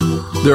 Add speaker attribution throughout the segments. Speaker 1: There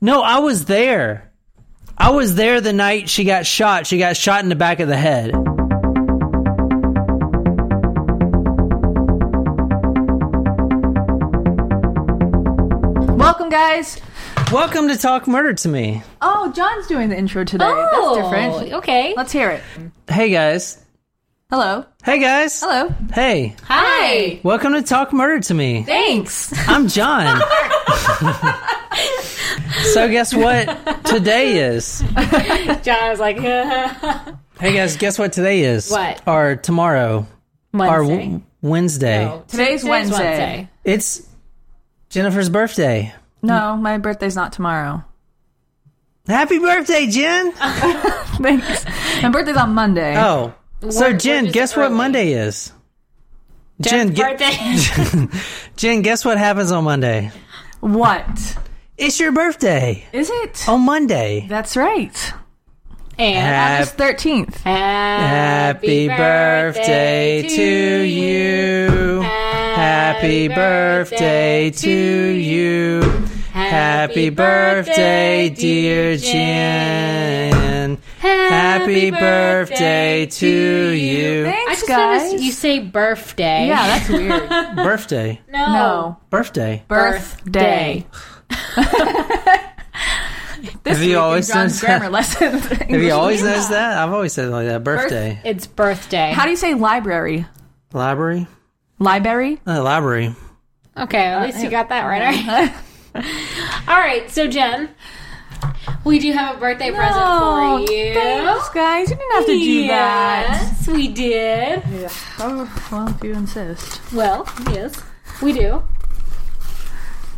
Speaker 2: No, I was there. I was there the night she got shot. She got shot in the back of the head.
Speaker 3: Welcome, guys.
Speaker 2: Welcome to Talk Murder to Me.
Speaker 3: Oh, John's doing the intro today. That's different.
Speaker 4: Okay.
Speaker 3: Let's hear it.
Speaker 2: Hey, guys.
Speaker 3: Hello.
Speaker 2: Hey, guys.
Speaker 3: Hello.
Speaker 2: Hey,
Speaker 4: Hi.
Speaker 2: welcome to Talk Murder to Me.
Speaker 4: Thanks.
Speaker 2: I'm John. so, guess what today is?
Speaker 4: John was like,
Speaker 2: Hey, guys, guess what today is?
Speaker 4: What?
Speaker 2: Or tomorrow. Or w- Wednesday.
Speaker 3: Today's Wednesday.
Speaker 2: It's Jennifer's birthday.
Speaker 3: No, my birthday's not tomorrow.
Speaker 2: Happy birthday, Jen!
Speaker 3: Thanks. my birthday's on Monday.
Speaker 2: Oh, so
Speaker 4: we're
Speaker 2: Jen,
Speaker 4: just
Speaker 2: guess what
Speaker 4: early.
Speaker 2: Monday is? Jen,
Speaker 4: Jen's
Speaker 2: ge-
Speaker 4: birthday.
Speaker 2: Jen, guess what happens on Monday?
Speaker 3: What
Speaker 2: It's your birthday
Speaker 3: is it?
Speaker 2: on Monday.
Speaker 3: That's right.
Speaker 4: and
Speaker 2: Hap-
Speaker 3: August 13th.
Speaker 2: happy birthday to you. Happy birthday to you. Happy birthday, dear Jen. Happy birthday to you.
Speaker 4: I
Speaker 3: Thanks,
Speaker 4: just noticed
Speaker 3: guys.
Speaker 4: you say birthday.
Speaker 3: yeah, that's weird.
Speaker 2: Birthday.
Speaker 4: No.
Speaker 3: No.
Speaker 2: Birthday.
Speaker 3: Birthday. This
Speaker 2: Have you
Speaker 3: week in
Speaker 2: always noticed
Speaker 3: John's
Speaker 2: that?
Speaker 3: grammar lesson.
Speaker 2: Have you always noticed that? I've always said it like that. Birthday.
Speaker 4: It's birthday.
Speaker 3: How do you say library?
Speaker 2: Library?
Speaker 3: Library?
Speaker 2: Uh, library.
Speaker 4: okay, at
Speaker 3: Uh,
Speaker 4: least you got that right. All right. All right, so Jen, we do have a birthday present for you.
Speaker 3: Thanks, guys. You didn't have to do that.
Speaker 4: Yes, we did.
Speaker 3: Oh, well, if you insist.
Speaker 4: Well, yes, we do.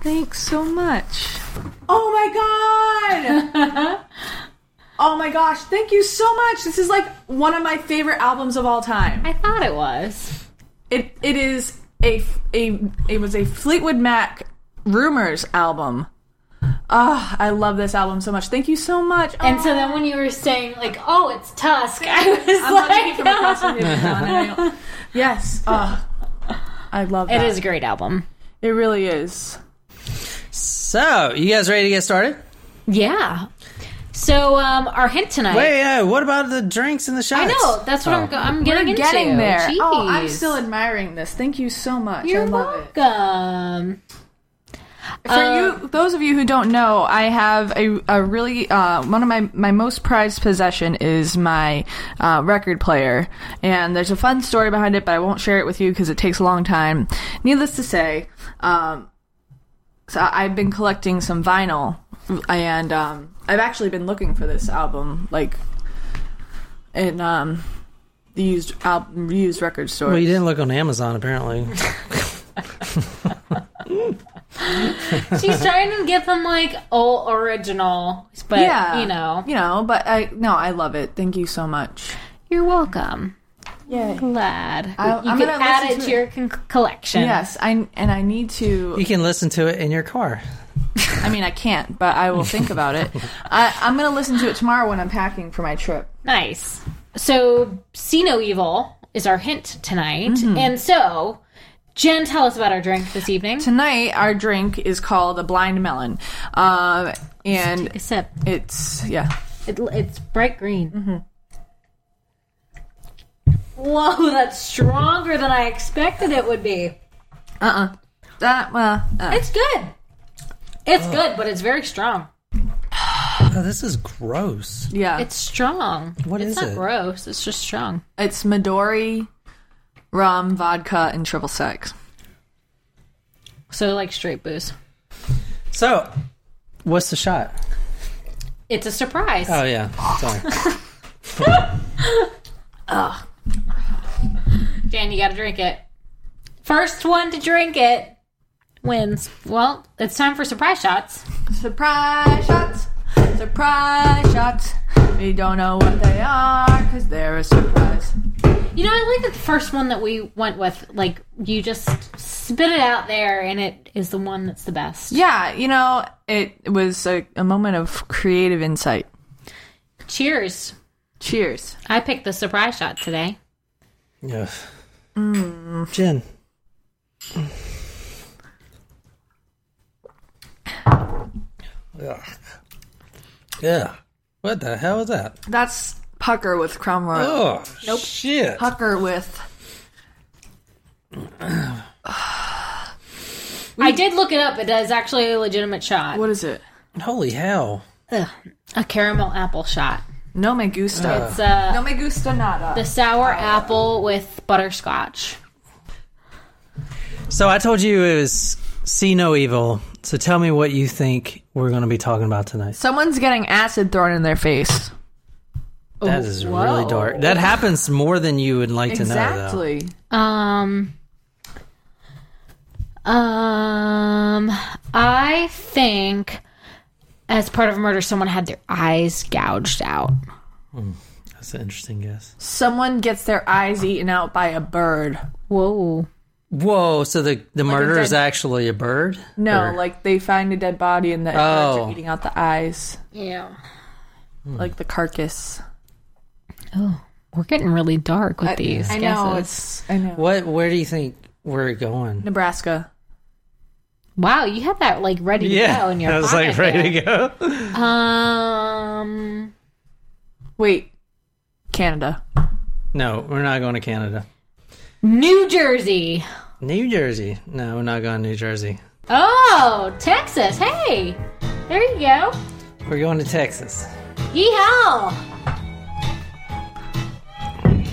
Speaker 3: Thanks so much. Oh my god! oh my gosh, thank you so much. This is like one of my favorite albums of all time.
Speaker 4: I thought it was.
Speaker 3: It it is a a it was a Fleetwood Mac Rumors album. Ah, I love this album so much. Thank you so much. Ah.
Speaker 4: And so then when you were saying like, "Oh, it's Tusk," I was
Speaker 3: I'm
Speaker 4: like,
Speaker 3: from across the river, John, and I don't- Yes. ah, I love
Speaker 4: "It
Speaker 3: that.
Speaker 4: is a great album."
Speaker 3: It really is.
Speaker 2: So, you guys ready to get started?
Speaker 4: Yeah. So um, our hint tonight.
Speaker 2: Wait, uh, what about the drinks and the
Speaker 4: I
Speaker 2: shots? Oh.
Speaker 4: know that's what I'm, go- I'm getting
Speaker 3: We're
Speaker 4: into.
Speaker 3: getting there. Oh, I'm
Speaker 4: Jeez.
Speaker 3: still admiring this. Thank you so much. I
Speaker 4: You're
Speaker 3: love it.
Speaker 4: welcome.
Speaker 3: For
Speaker 2: Uh,
Speaker 3: you, those of you who don't know, I have a, a really uh, one of my my most prized possession is my uh, record player, and there's a fun story behind it, but I won't share it with you because it takes a long time. Needless to say, um, so I- I've been collecting some vinyl, and um, I've actually been looking for this album, like in um, the used album, used record store.
Speaker 2: Well, you didn't look on Amazon, apparently.
Speaker 4: She's trying to get them like all original, but you know,
Speaker 3: you know, but I no, I love it. Thank you so much.
Speaker 4: you're welcome.
Speaker 3: Yay.
Speaker 4: Glad
Speaker 3: I-
Speaker 4: you
Speaker 3: I'm
Speaker 4: can
Speaker 3: gonna
Speaker 4: add
Speaker 3: listen
Speaker 4: it
Speaker 3: to
Speaker 4: to your con- collection.
Speaker 3: Yes, I and I need
Speaker 2: you
Speaker 3: to.
Speaker 2: can listen to it in your car.
Speaker 3: I mean, I can't, but I will think about it. I, I'm gonna listen to it tomorrow when I'm packing for my trip.
Speaker 4: Nice. So, see no evil is our hint tonight,
Speaker 3: Mm-hmm.
Speaker 4: and so Jen, tell us about our drink this evening.
Speaker 3: Tonight, our drink is called a blind melon, um, and
Speaker 4: Except
Speaker 3: it's yeah. Mm-hmm.
Speaker 4: It, it's bright green. Whoa, that's stronger than I expected it would be.
Speaker 3: Uh uh That Uh-uh. well, uh,
Speaker 4: It's good. It's good, but it's very strong.
Speaker 5: Oh, this is gross.
Speaker 3: Yeah,
Speaker 4: It's strong.
Speaker 5: What
Speaker 4: it's
Speaker 5: is
Speaker 4: not
Speaker 5: it?
Speaker 4: gross. It's just strong.
Speaker 3: It's Midori, rum, vodka, and triple six.
Speaker 4: So like straight booze.
Speaker 2: So, what's the shot?
Speaker 4: It's a surprise.
Speaker 5: Oh yeah. Sorry.
Speaker 4: Jan, you gotta drink it. First one to drink it wins. Well, it's time for surprise shots.
Speaker 3: Surprise shots! Surprise shots! We don't know what they are because they're a surprise.
Speaker 4: You know, I like that the first one that we went with, like, you just spit it out there and it is the one that's the best.
Speaker 3: Yeah, you know, it was a, a moment of creative insight.
Speaker 4: Cheers.
Speaker 3: Cheers.
Speaker 4: I picked the surprise shot today.
Speaker 5: Yeah.
Speaker 4: Mm.
Speaker 5: Jen. Ugh. Yeah. What the hell is that?
Speaker 3: That's pucker with crumb roll.
Speaker 5: Oh shit!
Speaker 3: Pucker with.
Speaker 4: I did look it up. It is actually a legitimate shot.
Speaker 3: What is it?
Speaker 5: Holy hell!
Speaker 4: Ugh. A caramel apple shot.
Speaker 3: No me gusta.
Speaker 4: It's uh,
Speaker 3: No me gusta nada.
Speaker 4: the sour apple with butterscotch.
Speaker 2: So I told you it was see no evil. So tell me what you think we're going to be talking about tonight.
Speaker 3: Someone's getting acid thrown in their face.
Speaker 2: That is
Speaker 4: Oh, Whoa.
Speaker 2: really dark. That happens more than you would like to know.
Speaker 3: Exactly.
Speaker 4: Um, um, I think as part of a murder, someone had their eyes gouged out.
Speaker 5: Hmm. That's an interesting guess.
Speaker 3: Someone gets their eyes eaten out by a bird.
Speaker 4: Whoa.
Speaker 2: Though. Whoa! So the the murderer is
Speaker 3: dead-
Speaker 2: actually a bird.
Speaker 3: No,
Speaker 2: Or-
Speaker 3: like they find a dead body and the birds
Speaker 2: Oh. Hmm.
Speaker 3: are eating out the eyes,
Speaker 4: Yeah.
Speaker 3: like the carcass.
Speaker 4: Oh, we're getting really dark with these.
Speaker 3: I know
Speaker 4: guesses.
Speaker 3: it's. I know.
Speaker 2: what? Where do you think we're going?
Speaker 3: Nebraska.
Speaker 4: Wow, you had that like ready to go in your
Speaker 2: I was
Speaker 4: pocket
Speaker 2: like ready
Speaker 4: there.
Speaker 2: to go.
Speaker 4: Um,
Speaker 3: Wait, Canada.
Speaker 2: No, we're not going to Canada.
Speaker 4: New Jersey.
Speaker 2: New Jersey. No, we're not going to New Jersey.
Speaker 4: Oh, Texas. Hey, there you go.
Speaker 2: We're going to Texas.
Speaker 4: Yeehaw.
Speaker 3: I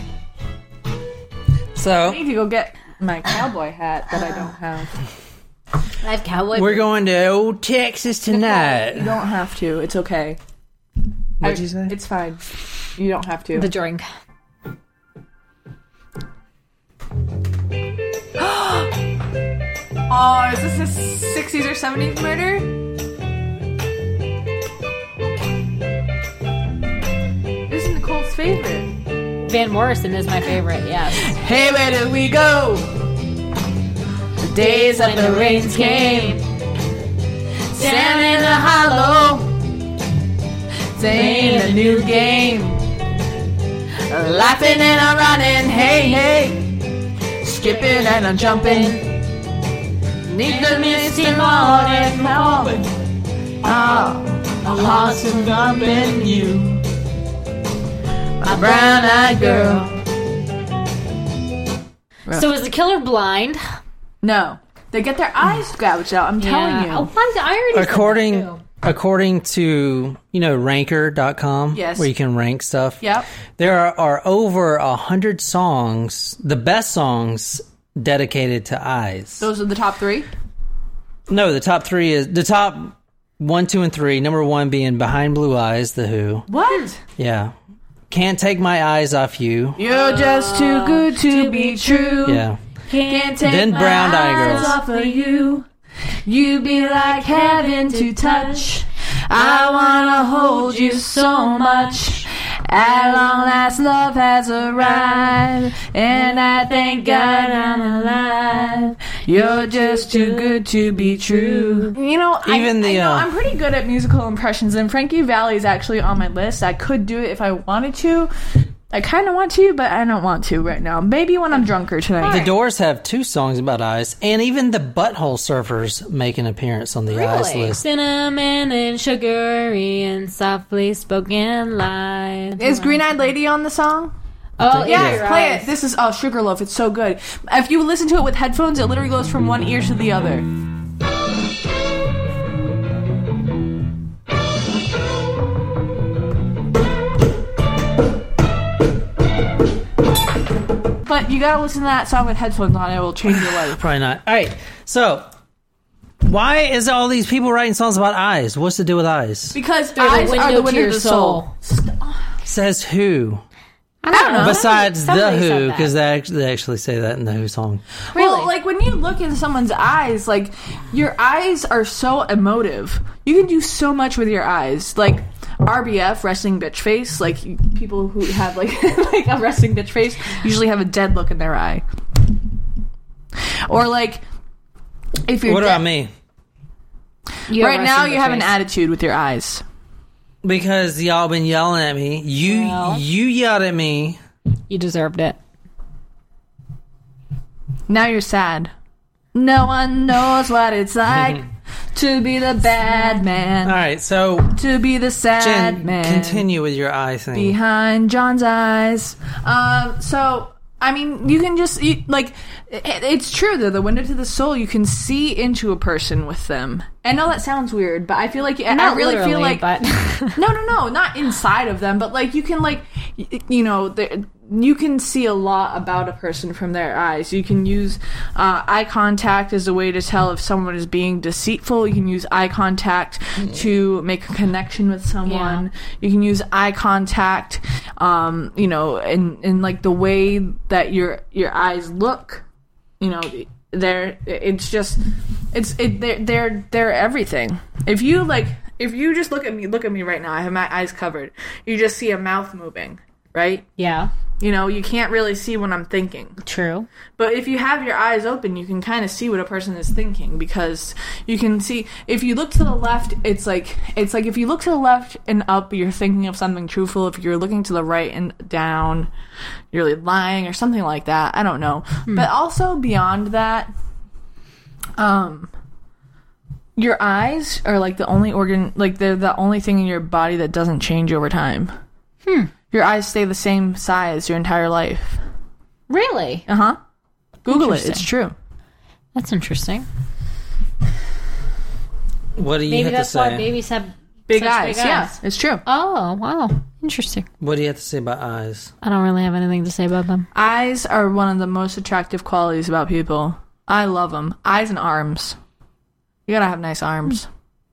Speaker 2: So
Speaker 3: need to go get my cowboy hat that I don't have.
Speaker 4: I have cowboy.
Speaker 2: we're going to old Texas
Speaker 3: You
Speaker 2: tonight.
Speaker 3: don't have to. It's okay.
Speaker 2: What'd
Speaker 3: I-
Speaker 2: you say?
Speaker 3: It's fine. You don't have to.
Speaker 4: the drink.
Speaker 3: oh, is this a 60s or 70s murder? This is Nicole's favorite.
Speaker 4: Van Morrison is my favorite. Yes.
Speaker 3: Hey, where do we go? The days
Speaker 4: when the rains came. Down in the hollow,
Speaker 3: playing a new game. Laughing and I'm running, hey, hey. Skipping and I'm jumping. Need the misty morning, morning. Ah, I'm lost and dumping you. My brown eyed girl.
Speaker 4: So is the killer blind?
Speaker 3: No. They get their eyes gouged out, I'm telling
Speaker 4: Oh,
Speaker 3: you.
Speaker 4: why the irony? is in
Speaker 2: According
Speaker 4: that,
Speaker 2: according to you know ranker.com
Speaker 3: Yes.
Speaker 2: where you can rank stuff.
Speaker 3: Yep.
Speaker 2: There are, are over a hundred songs, the best songs dedicated to eyes.
Speaker 3: Those are the top three.
Speaker 2: No, the top three is the top one, two, and three. Number one being Behind Blue Eyes, The Who.
Speaker 3: What?
Speaker 2: Yeah. Can't Take My Eyes Off You.
Speaker 3: You're just too good Oh, to be true.
Speaker 2: Yeah.
Speaker 3: Can't take
Speaker 2: Then
Speaker 3: my
Speaker 2: brown eye
Speaker 3: eyes
Speaker 2: girls.
Speaker 3: off of you. You be like heaven to touch. I wanna hold you so much. At long last, love has arrived, and I thank God I'm alive. You're just too good to be true. Mm-hmm. You know,
Speaker 2: Even the, uh,
Speaker 3: I'm pretty good at musical impressions, and Frankie Valley is actually on my list. I could do it if I wanted to. I kind of want to, but I don't want to right now. Maybe when I'm drunker tonight.
Speaker 2: The Doors have two songs about eyes, and even the Butthole Surfers make an appearance on the eyes
Speaker 4: like,
Speaker 2: list.
Speaker 4: Cinnamon and sugary and softly spoken lies.
Speaker 3: Is Green Eyed Lady on the song?
Speaker 4: Oh yeah,
Speaker 3: Yes, play it. This is oh Sugarloaf. It's so good. If you listen to it with headphones, it literally goes from one ear to the other. But you gotta listen to that song with headphones on. It will change your life.
Speaker 2: Probably not.
Speaker 6: All right. So, why is all these people writing songs about eyes? What's to do with eyes?
Speaker 3: Because
Speaker 4: the
Speaker 3: eyes
Speaker 4: window
Speaker 3: are the
Speaker 4: to
Speaker 3: window
Speaker 4: your
Speaker 3: to the soul.
Speaker 6: Says who?
Speaker 4: I don't know.
Speaker 6: Besides the
Speaker 4: Somebody said
Speaker 6: Who,
Speaker 4: that.
Speaker 6: because they act- they actually say that in the Who song.
Speaker 4: really,
Speaker 3: Well, like when you look in someone's eyes, like your eyes are so emotive. You can do so much with your eyes. Like RBF, wrestling bitch face. Like people who have like like a wrestling bitch face usually have a dead look in their eye. Or like if you're
Speaker 2: What
Speaker 3: dead-
Speaker 2: about me?
Speaker 4: You have
Speaker 3: right
Speaker 4: rust
Speaker 3: now,
Speaker 4: in
Speaker 3: you
Speaker 4: your
Speaker 3: have an
Speaker 4: face.
Speaker 3: attitude with your eyes.
Speaker 2: Because y'all been yelling at me. You
Speaker 4: Well.
Speaker 2: you yelled at me.
Speaker 4: You deserved it.
Speaker 3: Now you're sad. No one knows what it's like to be the bad
Speaker 2: All
Speaker 3: man,
Speaker 2: right, so
Speaker 3: to be the sad
Speaker 2: Jen,
Speaker 3: man.
Speaker 2: continue with your eye thing.
Speaker 3: behind John's eyes. Um, so I mean, you can just you, like it, it's true though. The window to the soul, you can see into a person with them. I know that sounds weird, but I feel like I
Speaker 4: Not
Speaker 3: really feel
Speaker 4: literally,
Speaker 3: like
Speaker 4: but
Speaker 3: no, no, no, not inside of them, but like you can like y- you know the, you can see a lot about a person from their eyes. You can use uh, eye contact as a way to tell if someone is being deceitful. You can use eye contact to make a connection with someone. You can use eye contact, um, you know, and and like the way that your your eyes look you know they're it's just it's it they're they're, they're everything if you like if you just look at me look at me right now i have my eyes covered you just see a mouth moving right
Speaker 4: yeah,
Speaker 3: you know you can't really see what i'm thinking
Speaker 4: true.
Speaker 3: but if you have your eyes open you can kind of see what a person is thinking because you can see if you look to the left it's like it's like if you look to the left and up you're thinking of something truthful if you're looking to the right and down you're lying or something like that i don't know
Speaker 4: Hmm.
Speaker 3: but also beyond that um your eyes are like the only organ like they're the only thing in your body that doesn't change over time hmm your eyes stay the same size your entire life
Speaker 4: Really,
Speaker 3: uh huh. Google it.
Speaker 4: Interesting.
Speaker 3: It's true.
Speaker 4: that's interesting.
Speaker 2: What do you
Speaker 4: Maybe
Speaker 2: have to
Speaker 4: that's
Speaker 2: say?
Speaker 4: why babies have
Speaker 3: Big
Speaker 4: Such
Speaker 3: eyes.
Speaker 4: big
Speaker 3: Yeah,
Speaker 4: eyes.
Speaker 3: it's true.
Speaker 4: Oh wow, interesting.
Speaker 2: What do you have to say about eyes?
Speaker 4: I don't really have anything to say about them.
Speaker 3: Eyes are one of the most attractive qualities about people. I love them. Eyes and arms. You gotta have nice
Speaker 4: Hmm.
Speaker 3: arms.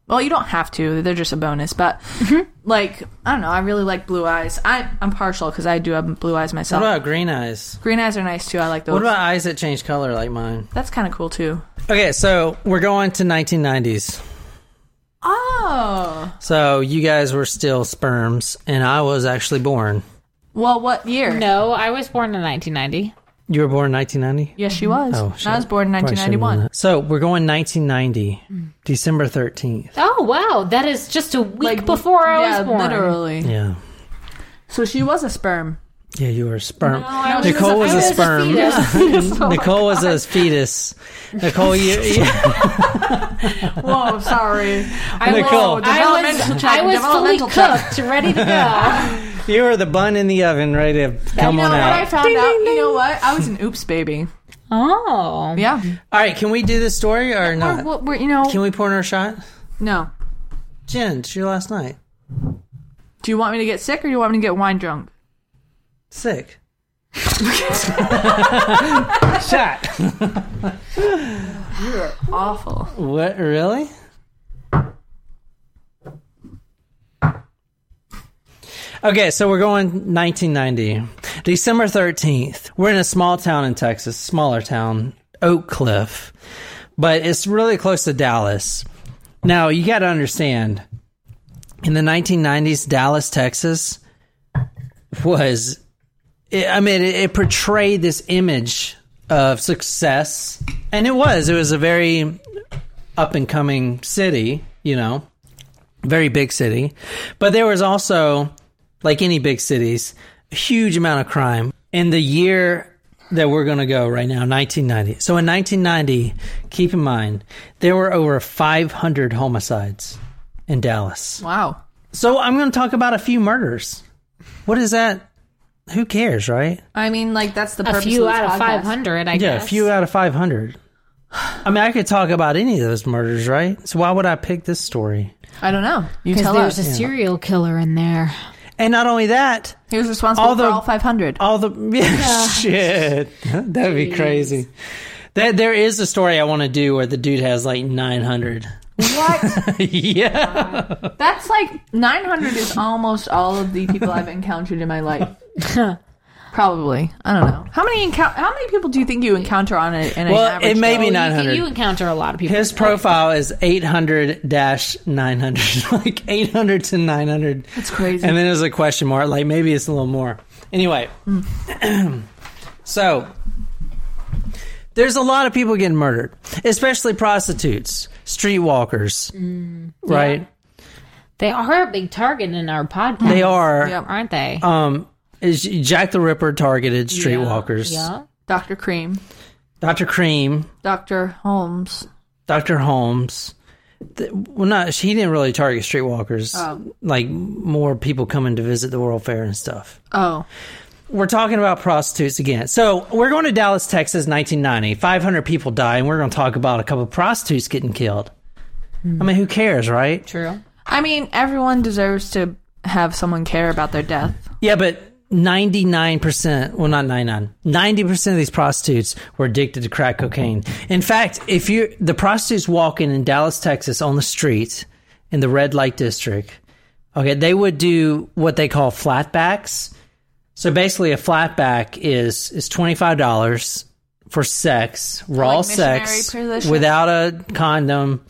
Speaker 3: Well, you don't have to. They're just a bonus. But
Speaker 4: Mm-hmm.
Speaker 3: like, I don't know. I really like blue eyes. I I'm partial because I do have blue eyes
Speaker 2: What
Speaker 3: myself.
Speaker 2: about green eyes?
Speaker 3: Green eyes are nice too. I like those.
Speaker 2: What about eyes that change color like mine?
Speaker 3: That's kind of cool too.
Speaker 2: Okay, so we're going to 1990s.
Speaker 3: Oh.
Speaker 2: So you guys were still sperms, and I was actually born.
Speaker 3: Well, what year?
Speaker 4: No, I was born in 1990.
Speaker 2: You were born in 1990.
Speaker 3: Yes, she was.
Speaker 2: Oh,
Speaker 3: And
Speaker 2: shit.
Speaker 3: I was born in
Speaker 2: Probably shouldn't have done
Speaker 3: 1991.
Speaker 2: that. So we're going 1990,
Speaker 3: Mm.
Speaker 2: December 13th.
Speaker 4: Oh wow, that is just a week before I
Speaker 3: yeah,
Speaker 4: was born.
Speaker 3: literally.
Speaker 2: Yeah,
Speaker 3: So she was a sperm.
Speaker 2: yeah, you were a sperm.
Speaker 4: I was
Speaker 2: Nicole was
Speaker 4: just
Speaker 2: a
Speaker 4: I
Speaker 2: sperm.
Speaker 4: fetus.
Speaker 2: Nicole was a fetus. Nicole, you,
Speaker 3: Whoa, sorry.
Speaker 4: I was-
Speaker 2: Nicole.
Speaker 4: I
Speaker 3: Developmental
Speaker 4: was,
Speaker 3: check,
Speaker 4: I was fully
Speaker 3: developmental check.
Speaker 4: cooked, ready to go.
Speaker 2: you were the bun in the oven, ready to come
Speaker 3: You know
Speaker 2: on
Speaker 3: what
Speaker 2: out.
Speaker 3: I found out? You know what? I was an oops baby.
Speaker 4: oh,
Speaker 3: Yeah.
Speaker 2: All right, can we do this story or not?
Speaker 3: What were you know?
Speaker 2: Can we pour in our shot?
Speaker 3: no.
Speaker 2: Jen, it's your last night.
Speaker 3: Do you want me to get sick or do you want me to get wine drunk?
Speaker 2: Sick. shot.
Speaker 3: Awful.
Speaker 2: What? Really? Okay, so we're going 1990, December 13th. We're in a small town in Texas, smaller town, Oak Cliff, but it's really close to Dallas. Now, you got to understand, in the 1990s, Dallas, Texas was, it, I mean, it, it portrayed this image of success, and it was. It was a very up and coming city, you know, very big city. But there was also, like any big cities, a huge amount of crime. In the year that we're going to go right now, 1990. So in 1990, keep in mind, there were over 500 homicides in Dallas.
Speaker 3: Wow.
Speaker 2: So I'm going to talk about a few murders. What is that? Who cares, right?
Speaker 3: I mean, like that's the
Speaker 4: a
Speaker 3: purpose
Speaker 4: few
Speaker 3: of this
Speaker 4: out of
Speaker 3: podcast.
Speaker 4: 500, I
Speaker 2: Yeah,
Speaker 4: guess.
Speaker 2: a few out of 500. I mean, I could talk about any of those murders, right? So why would I pick this story?
Speaker 3: I don't know. You
Speaker 4: Because
Speaker 3: tell
Speaker 4: there's
Speaker 3: us.
Speaker 4: a serial killer in there.
Speaker 2: And not only that,
Speaker 3: He was responsible
Speaker 2: All the-
Speaker 3: for all 500.
Speaker 2: all the shit. That'd be crazy. That there is a story I want to do where the dude has like 900.
Speaker 3: What?
Speaker 2: yeah.
Speaker 3: That's like 900 is almost all of the people I've encountered in my life. Probably. I don't know. How many encou- how many people do you think you encounter on a, in
Speaker 2: Well,
Speaker 3: an average
Speaker 2: it may
Speaker 3: day?
Speaker 2: be
Speaker 4: you-
Speaker 2: 900.
Speaker 4: You, encounter a lot of people.
Speaker 2: His profile is 800 900, like 800 to 900.
Speaker 3: That's crazy.
Speaker 2: And then there's a question mark, like maybe it's a little more. Anyway, so there's a lot of people getting murdered, especially prostitutes, streetwalkers, Mm. right?
Speaker 4: Mm. They are a big target in our podcast.
Speaker 2: They are.
Speaker 3: Yep.
Speaker 4: aren't they?
Speaker 2: Um, is Jack the Ripper targeted streetwalkers?
Speaker 4: Yeah.
Speaker 3: Dr. Cream,
Speaker 2: Dr. Cream,
Speaker 3: Dr. Holmes.
Speaker 2: Dr. Holmes. Th- well, not he didn't really target streetwalkers. like more people coming to visit the World Fair and stuff.
Speaker 3: Oh.
Speaker 2: We're talking about prostitutes again. So we're going to Dallas, Texas, 1990. 500 people die, and we're going to talk about a couple prostitutes getting killed. I mean, who cares, right?
Speaker 4: True.
Speaker 3: I mean, everyone deserves to have someone care about their death.
Speaker 2: Yeah, but 99%, well, not 99, 90% of these prostitutes were addicted to crack cocaine. In fact, if you the prostitutes walking in Dallas, Texas on the street in the red light district, okay, they would do what they call flatbacks. So basically, a flatback is is $25 for sex, raw
Speaker 3: Like missionary
Speaker 2: sex,
Speaker 3: position?
Speaker 2: without a condom.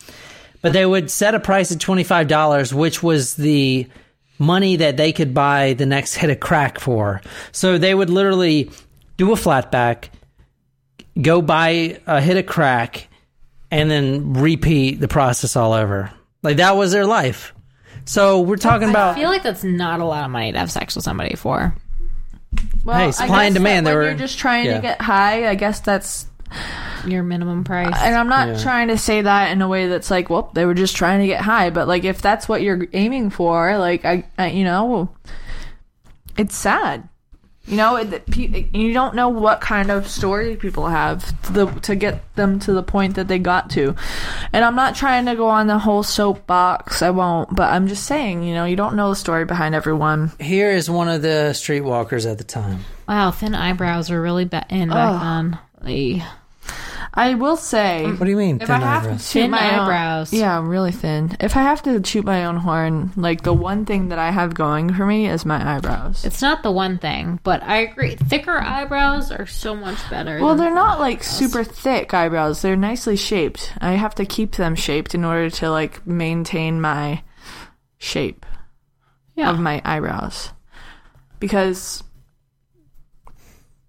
Speaker 2: But they would set a price at $25, which was the money that they could buy the next hit of crack for. So they would literally do a flatback, go buy a hit of crack, and then repeat the process all over. Like that was their life. So we're talking
Speaker 4: I
Speaker 2: about
Speaker 4: feel like that's not a lot of money to have sex with somebody for.
Speaker 3: Well,
Speaker 2: Hey,
Speaker 3: I
Speaker 2: supply and
Speaker 3: guess that
Speaker 2: demand,
Speaker 3: When
Speaker 2: they were-
Speaker 3: you're just trying
Speaker 2: yeah.
Speaker 3: to get high, I guess that's.
Speaker 4: Your minimum price.
Speaker 3: And I'm not trying to say that in a way that's like, well, they were just trying to get high. But like, if that's what you're aiming for, like, I, I you know, it's sad. You know, it, that pe- you don't know what kind of story people have to, the, to get them to the point that they got to. And I'm not trying to go on the whole soapbox. I won't. But I'm just saying, you know, you don't know the story behind everyone.
Speaker 2: here is one of the streetwalkers at the time.
Speaker 4: wow, thin eyebrows were really ba- in back then. Eey.
Speaker 3: I will say.
Speaker 2: What do you mean?
Speaker 3: If
Speaker 2: thin
Speaker 3: I have
Speaker 2: eyebrows?
Speaker 3: to
Speaker 4: Thin
Speaker 3: shoot my own-
Speaker 4: eyebrows.
Speaker 3: yeah, I'm really thin. If I have to shoot my own horn, like the one thing that I have going for me is my eyebrows.
Speaker 4: It's not the one thing, but I agree. Thicker eyebrows are so much better.
Speaker 3: Well,
Speaker 4: than-
Speaker 3: they're not like super thick eyebrows. They're nicely shaped. I have to keep them shaped in order to like maintain my shape
Speaker 4: yeah.
Speaker 3: of my eyebrows. Because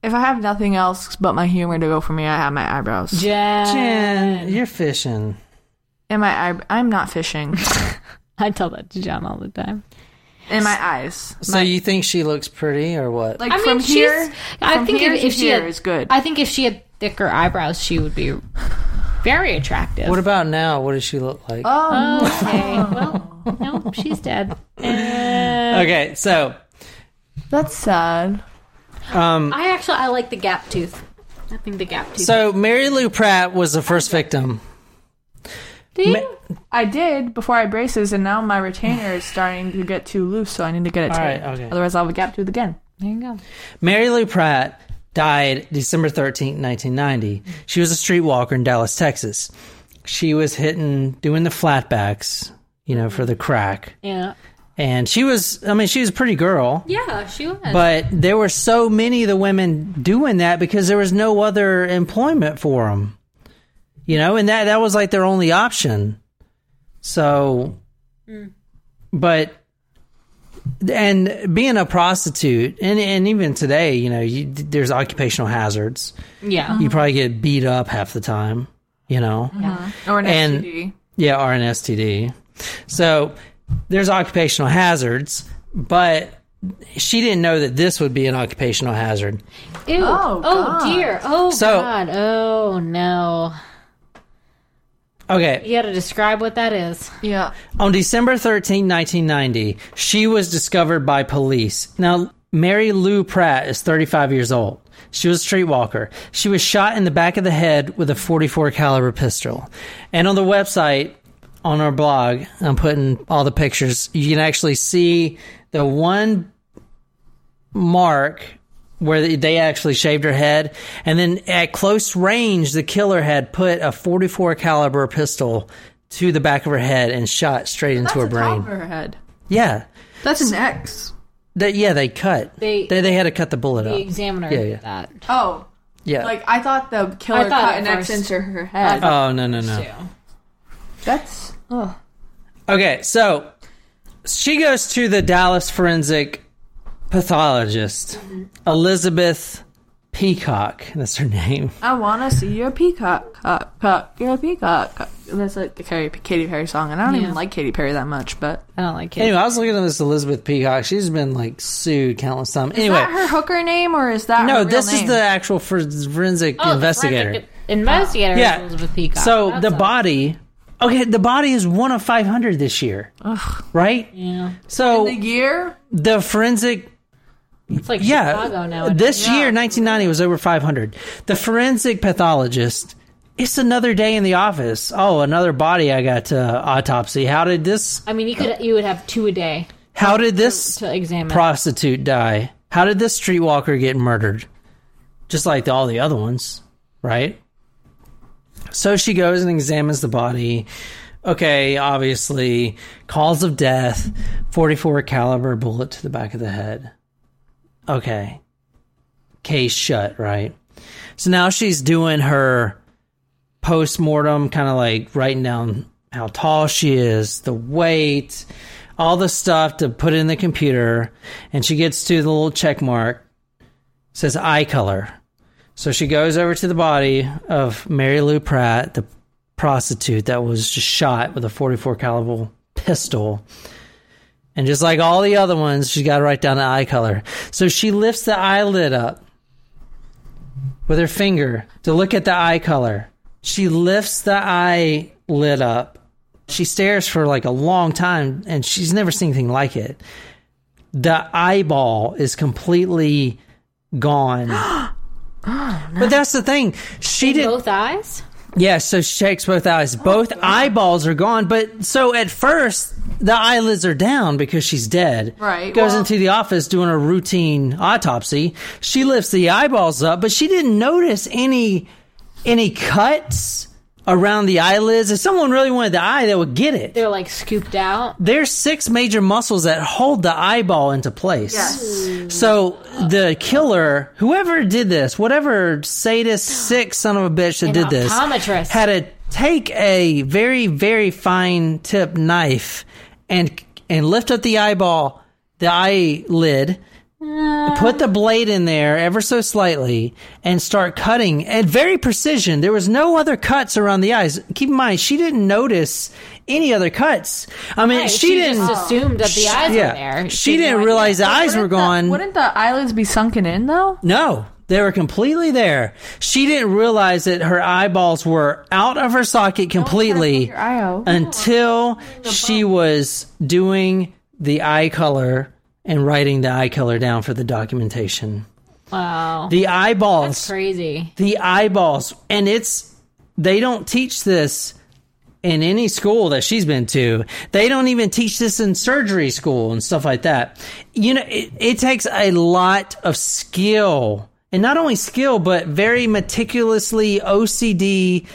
Speaker 3: if I have nothing else but my humor to go for me, I have my eyebrows.
Speaker 2: Jen, you're fishing.
Speaker 3: and my eye- I'm not fishing.
Speaker 4: I tell that to John all the time.
Speaker 3: in my eyes.
Speaker 2: So you think she looks pretty or what?
Speaker 3: Like from here,
Speaker 4: she's- I
Speaker 3: from
Speaker 4: think
Speaker 3: here
Speaker 4: if,
Speaker 3: to
Speaker 4: if she
Speaker 3: here
Speaker 4: had,
Speaker 3: is good.
Speaker 4: I think if she had thicker eyebrows, she would be very attractive.
Speaker 2: what about now? What does she look like?
Speaker 3: Oh.
Speaker 4: okay, Oh, well, no, she's dead.
Speaker 2: okay, so um,
Speaker 3: that's sad.
Speaker 4: I actually I like the gap tooth. I think the gap tooth.
Speaker 2: so Mary Lou Pratt was the first victim.
Speaker 4: Do you?
Speaker 3: I did before I braces, and now my retainer is starting to get too loose, so I need to get it
Speaker 2: right,
Speaker 3: tight.
Speaker 2: okay.
Speaker 3: Otherwise, I'll have a gap tooth again.
Speaker 4: there you go.
Speaker 2: Mary Lou Pratt died December 13, 1990. She was a streetwalker in Dallas, Texas. She was hitting, doing the flatbacks, you know, for the crack.
Speaker 4: Yeah.
Speaker 2: And she was, I mean, she was a pretty girl,
Speaker 4: Yeah, she was.
Speaker 2: but there were so many of the women doing that because there was no other employment for them, you know, and that, that was like their only option. So, but and being a prostitute and, and even today you know you, there's occupational hazards
Speaker 3: Uh-huh.
Speaker 4: yeah.
Speaker 2: you probably get beat up half the time you know
Speaker 3: Or an
Speaker 2: And-
Speaker 3: STD.
Speaker 2: yeah or an std so there's occupational hazards but she didn't know that this would be an occupational hazard
Speaker 4: Ew.
Speaker 3: Oh,
Speaker 4: Oh,
Speaker 3: God.
Speaker 4: dear. Oh
Speaker 2: So-
Speaker 4: god. Oh no.
Speaker 2: okay
Speaker 4: You got to describe what that is.
Speaker 3: Yeah.
Speaker 2: On December 13, 1990, she was discovered by police. Now, Mary Lou Pratt is 35 years old. She was a streetwalker. She was shot in the back of the head with a 44 caliber pistol. And on the website, on our blog. I'm putting all the pictures. You can actually see the one mark where they actually shaved her head, and then at close range, the killer had put a 44 caliber pistol to the back of her head and shot straight into
Speaker 3: That's
Speaker 2: her
Speaker 3: the top
Speaker 2: brain.
Speaker 3: of her head.
Speaker 2: Yeah.
Speaker 3: That's an X.
Speaker 2: That yeah, they cut.
Speaker 4: They-
Speaker 2: they, they had to cut the bullet
Speaker 4: The
Speaker 2: out.
Speaker 4: examiner
Speaker 2: Yeah,
Speaker 4: yeah,
Speaker 2: yeah.
Speaker 4: that.
Speaker 3: Oh,
Speaker 2: Yeah.
Speaker 3: like I thought the killer
Speaker 4: I thought
Speaker 3: cut
Speaker 4: at
Speaker 3: an X
Speaker 4: first-
Speaker 3: into her head.
Speaker 2: oh no no no.
Speaker 4: too.
Speaker 3: That's oh,
Speaker 2: Okay, so she goes to the Dallas forensic pathologist,
Speaker 4: Mm-hmm.
Speaker 2: Elizabeth Peacock. That's her name.
Speaker 3: I want to see your peacock, cock, cock, your peacock. Cock. That's like the Carrie, Katy Perry song, and I don't even like Katy Perry that much. But
Speaker 4: I don't like it.
Speaker 2: Anyway, I was looking at this Elizabeth Peacock. She's been like sued countless times.
Speaker 3: is
Speaker 2: Anyway,
Speaker 3: that her hooker name or is that her
Speaker 2: no,
Speaker 3: real
Speaker 2: this is
Speaker 3: name?
Speaker 2: the actual forensic
Speaker 4: Oh, the
Speaker 2: investigator.
Speaker 4: forensic Investigator
Speaker 2: Yeah.
Speaker 4: yeah. Elizabeth Peacock.
Speaker 2: So
Speaker 4: That's
Speaker 2: the
Speaker 4: a-
Speaker 2: body. Okay, the body is one of 500 this year. Right?
Speaker 4: Yeah.
Speaker 2: So
Speaker 3: the year.
Speaker 2: the forensic
Speaker 4: It's like
Speaker 2: yeah,
Speaker 4: Chicago now.
Speaker 2: This year, 1990 was over 500. The forensic pathologist. It's another day in the office. Oh, another body I got to autopsy. How did this?
Speaker 4: I mean, you could you would have two a day
Speaker 2: How did this
Speaker 4: to examine.
Speaker 2: prostitute die? How did this streetwalker get murdered? Just like all the other ones, right? So she goes and examines the body. Okay, obviously, cause of death, 44 caliber bullet to the back of the head. Okay. Case shut, right? So now she's doing her post mortem, kind of like writing down how tall she is, the weight, all the stuff to put in the computer. And she gets to the little check mark, says eye color. So she goes over to the body of Mary Lou Pratt, the prostitute that was just shot with a 44 caliber pistol. And just like all the other ones, she's got to write down the eye color. So she lifts the eyelid up with her finger to look at the eye color. She lifts the eyelid up. She stares for like a long time and she's never seen anything like it. The eyeball is completely gone. But that's the thing. She did
Speaker 4: both eyes.
Speaker 2: yeah, so she checks both eyes. Both
Speaker 4: Oh,
Speaker 2: eyeballs are gone, but so at first the eyelids are down because she's dead.
Speaker 3: Right,
Speaker 2: Goes
Speaker 3: well-
Speaker 2: into the office doing a routine autopsy. She lifts the eyeballs up, but she didn't notice any any cuts around the eyelids. If someone really wanted the eye, they would get it.
Speaker 4: They're like scooped out.
Speaker 2: There's six major muscles that hold the eyeball into place. So the killer, whoever did this, whatever sadist sick son of a bitch that did this,
Speaker 4: optometrist.
Speaker 2: had to take a very very fine tip knife and and lift up the eyeball, the eyelid.
Speaker 4: Uh,
Speaker 2: Put the blade in there ever so slightly and start cutting at very precision. There was no other cuts around the eyes. Keep in mind, she didn't notice any other cuts. I mean,
Speaker 4: Right,
Speaker 2: she, didn't
Speaker 4: just assumed that the eyes
Speaker 2: yeah.
Speaker 4: were there.
Speaker 2: She, didn't
Speaker 4: no
Speaker 2: realize the eyes were
Speaker 3: Wouldn't the-
Speaker 2: gone.
Speaker 3: wouldn't the eyelids be sunken in though?
Speaker 2: no, they were completely there. She didn't realize that her eyeballs were out of her socket completely
Speaker 3: your eye out.
Speaker 2: until she was doing the eye color and writing the eye color down for the documentation.
Speaker 4: Wow,
Speaker 2: The eyeballs,
Speaker 4: crazy.
Speaker 2: the eyeballs, and it's they don't teach this in any school that she's been to. They don't even teach this in surgery school and stuff like that. You know, it, it takes a lot of skill. And not only skill, but very meticulously OCD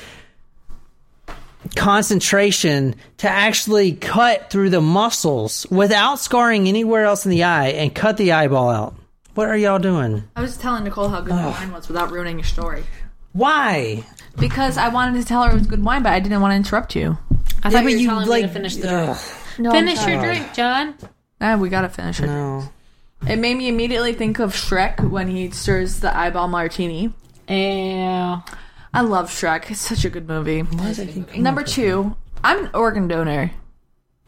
Speaker 2: concentration to actually cut through the muscles without scarring anywhere else in the eye and cut the eyeball out. What are y'all doing?
Speaker 3: I was telling Nicole how good my wine was without ruining your story.
Speaker 2: Why?
Speaker 3: Because I wanted to tell her it was good wine, but I didn't want to interrupt you.
Speaker 4: I
Speaker 2: Yeah,
Speaker 4: thought
Speaker 2: but
Speaker 4: you were
Speaker 2: you,
Speaker 4: telling
Speaker 2: like,
Speaker 4: me to finish the drink.
Speaker 2: ugh.
Speaker 3: No,
Speaker 4: Finish your drink, John.
Speaker 3: Ah, we gotta finish it.
Speaker 2: No.
Speaker 3: It made me immediately think of Shrek when he stirs the eyeball martini.
Speaker 4: Ew.
Speaker 3: I love Shrek. It's such a good movie. Number two, I'm an organ donor,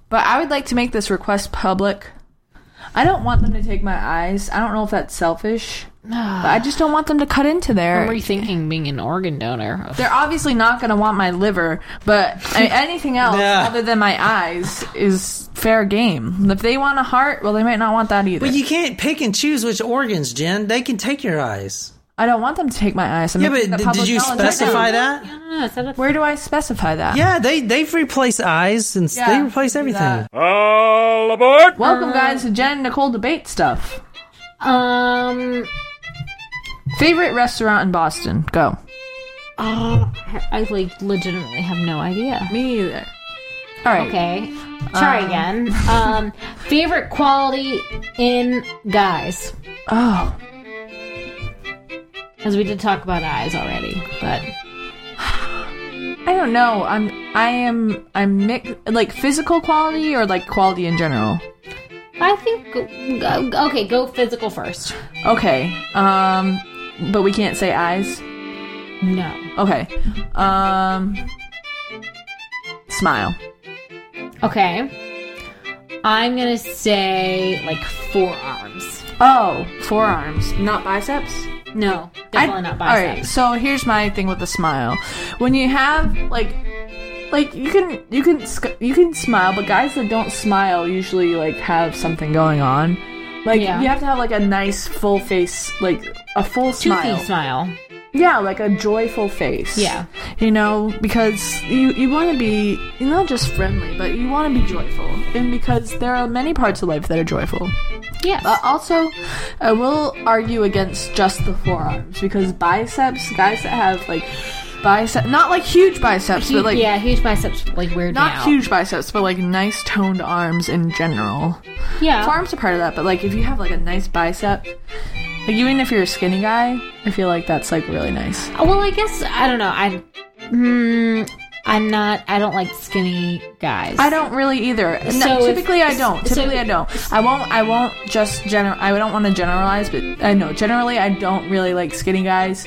Speaker 3: but I would like to make this request public. I don't want them to take my eyes. I don't know if that's selfish, but I just don't want them to cut into
Speaker 4: What
Speaker 3: there.
Speaker 4: were you thinking being an organ donor? Ugh.
Speaker 3: They're obviously not going to want my liver, but I- anything else
Speaker 2: Yeah.
Speaker 3: other than my eyes is fair game. If they want a heart, well, they might not want that either.
Speaker 2: But you can't pick and choose which organs, Jen. They can take your eyes.
Speaker 3: I don't want them to take my eyes. I'm
Speaker 2: Yeah,
Speaker 3: making
Speaker 2: but
Speaker 3: the
Speaker 2: did,
Speaker 3: public
Speaker 2: did you
Speaker 3: knowledge right now.
Speaker 2: specify that?
Speaker 4: I don't know. Is that a
Speaker 3: Where do I specify that?
Speaker 2: Yeah, they they've replaced eyes and s-
Speaker 3: Yeah,
Speaker 2: they replaced
Speaker 3: do
Speaker 2: everything.
Speaker 3: that.
Speaker 7: All aboard!
Speaker 3: Welcome, guys, to Jen and Nicole debate stuff.
Speaker 4: um?
Speaker 3: Favorite restaurant in Boston? Go.
Speaker 4: Oh, I like legitimately have no idea.
Speaker 3: Me either. All right.
Speaker 4: Okay, try again. Um, favorite quality in guys,
Speaker 3: Oh,
Speaker 4: as we did talk about eyes already, but
Speaker 3: I don't know. I'm. I am. I'm mix like physical quality or like quality in general.
Speaker 4: I think go- okay, go physical first.
Speaker 3: Okay. Um, but we can't say eyes.
Speaker 4: No.
Speaker 3: Okay. Um, smile.
Speaker 4: Okay. I'm gonna say like forearms.
Speaker 3: Oh, forearms, not biceps.
Speaker 4: No, definitely not biceps.
Speaker 3: All right, so here's my thing with the smile. When you have like, like you can you can sc- you can smile, but guys that don't smile usually like have something going on. Like
Speaker 4: Yeah.
Speaker 3: you have to have like a nice full face, like a full
Speaker 4: Toothy
Speaker 3: smile.
Speaker 4: smile.
Speaker 3: Yeah, like a joyful face.
Speaker 4: Yeah.
Speaker 3: you know because you you want to be you're not just friendly, but you want to be joyful, and because there are many parts of life that are joyful.
Speaker 4: Yes.
Speaker 3: Uh, also, I will argue against just the forearms because biceps, guys that have like bicep, not like huge biceps,
Speaker 4: Hu-
Speaker 3: but like
Speaker 4: yeah, huge biceps like weird.
Speaker 3: not
Speaker 4: now.
Speaker 3: huge biceps, but like nice toned arms in general.
Speaker 4: Yeah.
Speaker 3: Forearms are part of that, but like if you have like a nice bicep, like even if you're a skinny guy, I feel like that's like really nice.
Speaker 4: Well, I guess I don't know. I, hmm, I'm not. I don't like skinny guys.
Speaker 3: I don't really either. No,
Speaker 4: So if-
Speaker 3: typically, I don't.
Speaker 4: so-
Speaker 3: Typically, I don't. I won't. I won't just general. I don't want to generalize, but I know generally I don't really like skinny guys.